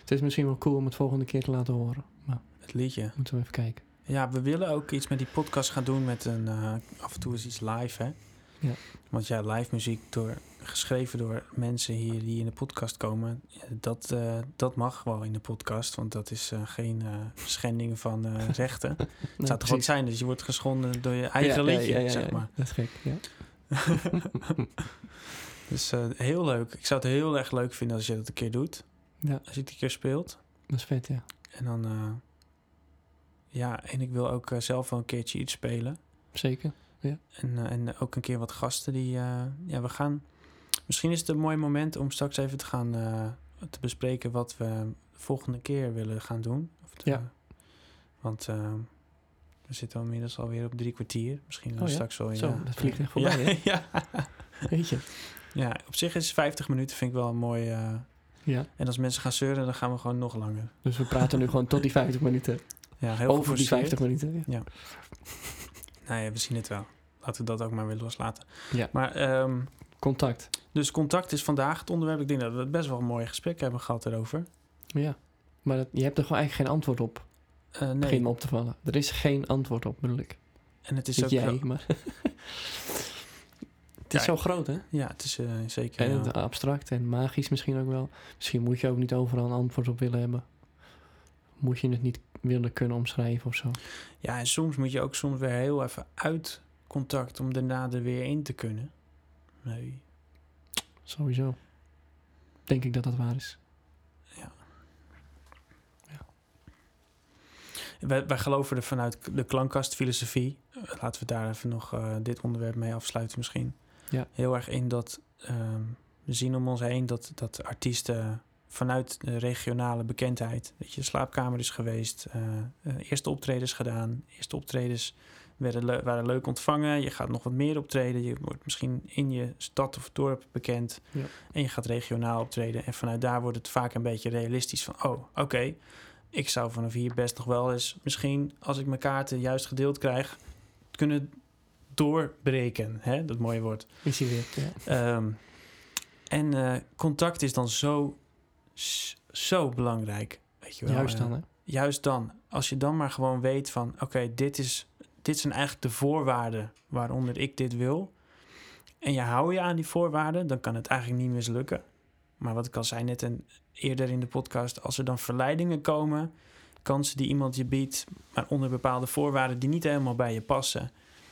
Speaker 2: Het is misschien wel cool om het volgende keer te laten horen. Maar
Speaker 1: Het liedje.
Speaker 2: moeten we even kijken.
Speaker 1: Ja, we willen ook iets met die podcast gaan doen met een... eh, af en toe is iets live, hè?
Speaker 2: Ja.
Speaker 1: Want ja, live muziek door, geschreven door mensen hier die in de podcast komen... eh, dat, eh, dat mag wel in de podcast, want dat is eh, geen eh, schending van eh,
Speaker 2: [laughs]
Speaker 1: rechten. Het
Speaker 2: Nou,
Speaker 1: zou toch wat
Speaker 2: precies.
Speaker 1: zijn, dus je wordt geschonden door je eigen
Speaker 2: Ja, ja,
Speaker 1: liedje,
Speaker 2: ja, ja,
Speaker 1: zeg
Speaker 2: ja.
Speaker 1: maar.
Speaker 2: Dat is gek, ja. [laughs]
Speaker 1: dus eh, heel leuk. Ik zou het heel erg leuk vinden als je dat een keer doet.
Speaker 2: Ja.
Speaker 1: Als je het een keer speelt.
Speaker 2: Dat is vet, ja.
Speaker 1: En dan... eh, ja, en ik wil ook eh, zelf wel een keertje iets spelen. [laughs]
Speaker 2: Zeker.
Speaker 1: En, eh, en ook een keer wat gasten die... eh, ja, we gaan... Misschien is het een mooi moment om straks even te gaan... eh, te bespreken wat we de volgende keer willen gaan doen. Of te-
Speaker 2: Ja.
Speaker 1: Want eh, we zitten inmiddels alweer op drie kwartier. Misschien
Speaker 2: Oh ja?
Speaker 1: straks wel...
Speaker 2: Zo,
Speaker 1: ja.
Speaker 2: dat vliegt
Speaker 1: [laughs]
Speaker 2: echt voorbij,
Speaker 1: Ja,
Speaker 2: hè?
Speaker 1: ja.
Speaker 2: Weet je?
Speaker 1: Ja, op zich is 50 minuten vind ik wel een mooi. eh,
Speaker 2: Ja.
Speaker 1: en als mensen gaan zeuren, dan gaan we gewoon nog langer.
Speaker 2: Dus we praten nu gewoon tot die 50 minuten.
Speaker 1: Ja, heel
Speaker 2: Over die 50 minuten. ja.
Speaker 1: Nou ja, we zien het wel. Laten we dat ook maar weer loslaten.
Speaker 2: Ja.
Speaker 1: Maar, ehm,
Speaker 2: Contact.
Speaker 1: dus contact is vandaag het onderwerp. Ik denk dat we best wel een mooi gesprek hebben gehad erover.
Speaker 2: Ja. Maar dat, je hebt er gewoon eigenlijk geen antwoord op.
Speaker 1: Eh,
Speaker 2: Begin me
Speaker 1: nee,
Speaker 2: op te vallen. Er is geen antwoord op, bedoel ik.
Speaker 1: en het is
Speaker 2: Niet
Speaker 1: ook.
Speaker 2: jij, maar... [laughs] het
Speaker 1: Ja,
Speaker 2: is zo groot, hè?
Speaker 1: Ja, het is eh, zeker.
Speaker 2: En
Speaker 1: ja.
Speaker 2: het abstract en magisch misschien ook wel. Misschien moet je ook niet overal een antwoord op willen hebben. Moet je het niet willen kunnen omschrijven of zo.
Speaker 1: ja, en soms moet je ook soms weer heel even uit contact om daarna er weer in te kunnen. Nee.
Speaker 2: Sowieso. Denk ik dat dat waar is.
Speaker 1: Wij, wij geloven er vanuit de klankkastfilosofie. eh, Laten we daar even nog eh, dit onderwerp mee afsluiten misschien.
Speaker 2: Ja.
Speaker 1: Heel erg in dat ehm, we zien om ons heen dat, dat artiesten vanuit de regionale bekendheid, dat je slaapkamer is geweest, eh, eh, eerste optredens gedaan, eerste optredens werden, le- waren leuk ontvangen, je gaat nog wat meer optreden, je wordt misschien in je stad of dorp bekend
Speaker 2: Ja.
Speaker 1: en je gaat regionaal optreden en vanuit daar wordt het vaak een beetje realistisch van, oh, oké, ik zou vanaf hier best nog wel eens, misschien als ik mijn kaarten juist gedeeld krijg, kunnen doorbreken. Hè? Dat mooie woord.
Speaker 2: Is hij weer. Ja.
Speaker 1: Ehm, en eh, contact is dan zo, s- zo belangrijk. Weet je wel?
Speaker 2: Juist
Speaker 1: Eh,
Speaker 2: dan, hè?
Speaker 1: juist dan. Als je dan maar gewoon weet van... oké, dit, is, dit zijn eigenlijk de voorwaarden waaronder ik dit wil. En je hou je aan die voorwaarden... dan kan het eigenlijk niet mislukken. Maar wat ik al zei net en eerder in de podcast... als er dan verleidingen komen... kansen die iemand je biedt... maar onder bepaalde voorwaarden die niet helemaal bij je passen...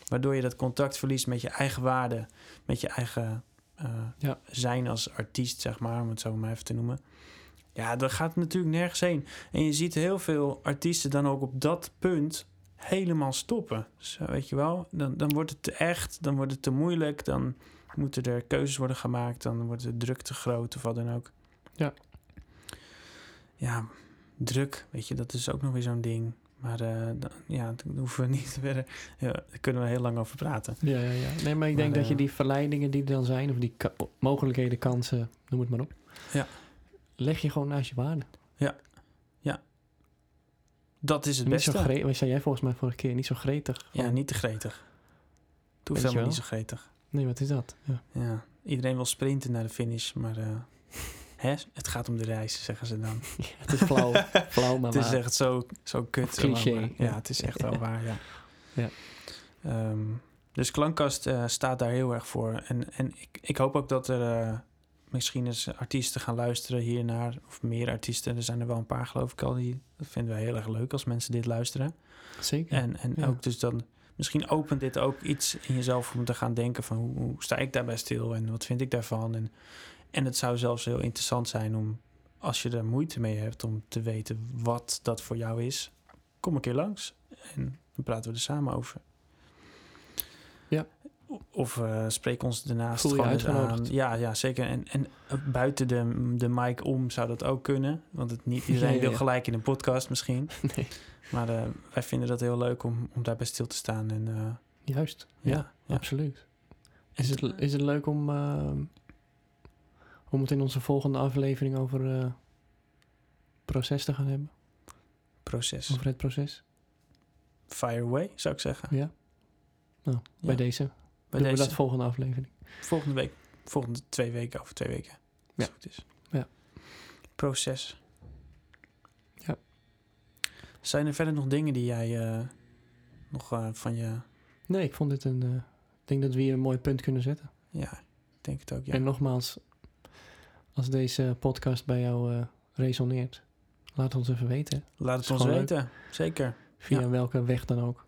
Speaker 1: waardoor je dat contact verliest met je eigen waarde... met je eigen eh,
Speaker 2: Ja.
Speaker 1: zijn als artiest, zeg maar... om het zo maar even te noemen... Ja, dat gaat natuurlijk nergens heen. En je ziet heel veel artiesten dan ook op dat punt helemaal stoppen. Dus, eh, weet je wel, dan, dan wordt het te echt, dan wordt het te moeilijk, dan moeten er keuzes worden gemaakt, dan wordt de druk te groot of wat dan ook.
Speaker 2: Ja.
Speaker 1: Ja, druk, weet je, dat is ook nog weer zo'n ding. Maar eh, dan- ja, daar hoeven we [laughs] niet verder. Ja, daar kunnen we heel lang over praten.
Speaker 2: Ja, ja, ja. Nee, maar ik denk
Speaker 1: Maar,
Speaker 2: dat je
Speaker 1: eh,
Speaker 2: die verleidingen die er dan zijn, of die ka- mogelijkheden, kansen, noem het maar op.
Speaker 1: Ja.
Speaker 2: Leg je gewoon naast je waarde.
Speaker 1: Dat is het
Speaker 2: Niet zo
Speaker 1: beste.
Speaker 2: gretig, wat zei jij volgens mij vorige keer, niet zo gretig.
Speaker 1: ja,
Speaker 2: Gewoon,
Speaker 1: niet te gretig. Het hoeft
Speaker 2: je
Speaker 1: helemaal
Speaker 2: wel?
Speaker 1: niet zo gretig.
Speaker 2: Nee, wat is
Speaker 1: [laughs]
Speaker 2: dat? Ja. [laughs]
Speaker 1: Ja, iedereen wil sprinten naar de finish, maar eh, hè, het gaat om de reis, zeggen ze dan.
Speaker 2: Ja, het is
Speaker 1: [laughs]
Speaker 2: flauw, flauw maar
Speaker 1: het is
Speaker 2: waar.
Speaker 1: echt zo, zo kut.
Speaker 2: Cliché,
Speaker 1: maar-
Speaker 2: ja.
Speaker 1: Ja, het is echt wel waar, ja.
Speaker 2: Ja.
Speaker 1: Ehm, dus Klankkast eh, staat daar heel erg voor. En, en ik, ik hoop ook dat er eh, misschien eens artiesten gaan luisteren hiernaar. Of meer artiesten. Er zijn er wel een paar, geloof ik al. Die, dat vinden wij heel erg leuk als mensen dit luisteren.
Speaker 2: Zeker.
Speaker 1: En, en
Speaker 2: Ja.
Speaker 1: ook dus dan... Misschien opent dit ook iets in jezelf om te gaan denken van... hoe, hoe sta ik daarbij stil en wat vind ik daarvan? En, en het zou zelfs heel interessant zijn om... als je er moeite mee hebt om te weten wat dat voor jou is... kom een keer langs en dan praten we er samen over.
Speaker 2: Ja.
Speaker 1: O- Of eh, spreek ons daarnaast
Speaker 2: Voel je
Speaker 1: gewoon eens aan.
Speaker 2: uitgenodigd?
Speaker 1: Ja, ja, zeker. En, en eh, buiten de, de mic om zou dat ook kunnen. Want het niet iedereen
Speaker 2: [laughs] Ja, ja,
Speaker 1: wil
Speaker 2: ja.
Speaker 1: gelijk in een podcast misschien.
Speaker 2: [laughs] Nee,
Speaker 1: Maar eh, wij vinden dat heel leuk om, om daarbij stil te staan. En, eh,
Speaker 2: juist. Ja,
Speaker 1: ja, ja.
Speaker 2: absoluut. Is het, is het leuk om, eh, om het in onze volgende aflevering over eh, proces te gaan hebben?
Speaker 1: proces.
Speaker 2: Over het proces?
Speaker 1: Fire away, zou ik zeggen.
Speaker 2: Ja. Nou, bij
Speaker 1: Ja.
Speaker 2: deze.
Speaker 1: Bij
Speaker 2: Doen we
Speaker 1: deze
Speaker 2: dat volgende aflevering.
Speaker 1: volgende week, volgende twee weken, over twee weken. Als
Speaker 2: Ja.
Speaker 1: het goed is.
Speaker 2: Ja.
Speaker 1: Proces.
Speaker 2: Ja.
Speaker 1: Zijn er verder nog dingen die jij eh, nog eh, van je...
Speaker 2: Nee, ik vond dit een... eh, ik denk dat we hier een mooi punt kunnen zetten.
Speaker 1: Ja, ik denk het ook, ja.
Speaker 2: En nogmaals, als deze podcast bij jou eh, resoneert, laat ons even weten.
Speaker 1: Laat
Speaker 2: is
Speaker 1: het ons
Speaker 2: gewoon leuk.
Speaker 1: weten. Zeker.
Speaker 2: Via
Speaker 1: Ja.
Speaker 2: welke weg dan ook.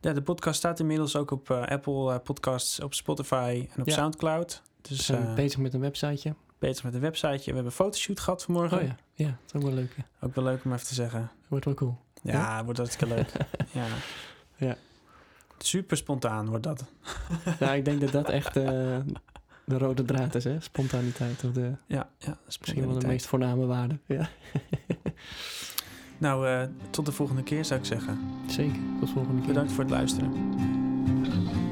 Speaker 1: Ja, de podcast staat inmiddels ook op eh, Apple eh, Podcasts, op Spotify en op
Speaker 2: Ja.
Speaker 1: Soundcloud.
Speaker 2: We
Speaker 1: Dus
Speaker 2: zijn
Speaker 1: eh,
Speaker 2: bezig met een websiteje.
Speaker 1: bezig met een websiteje. We hebben een fotoshoot gehad vanmorgen.
Speaker 2: Oh ja, ja, dat is ook wel leuk. ja.
Speaker 1: Ook wel leuk om even te zeggen.
Speaker 2: Wordt wel
Speaker 1: [laughs]
Speaker 2: cool.
Speaker 1: Ja, wordt hartstikke
Speaker 2: [laughs]
Speaker 1: leuk. ja.
Speaker 2: Ja.
Speaker 1: Super spontaan wordt dat.
Speaker 2: nou, ik denk dat dat echt eh, de rode draad is, hè? Spontaniteit. Of de,
Speaker 1: Ja, ja
Speaker 2: misschien wel de meest voorname waarde. Ja.
Speaker 1: Nou, eh, tot de volgende keer zou ik zeggen.
Speaker 2: Zeker. Tot volgende keer.
Speaker 1: Bedankt voor het luisteren.
Speaker 3: Thank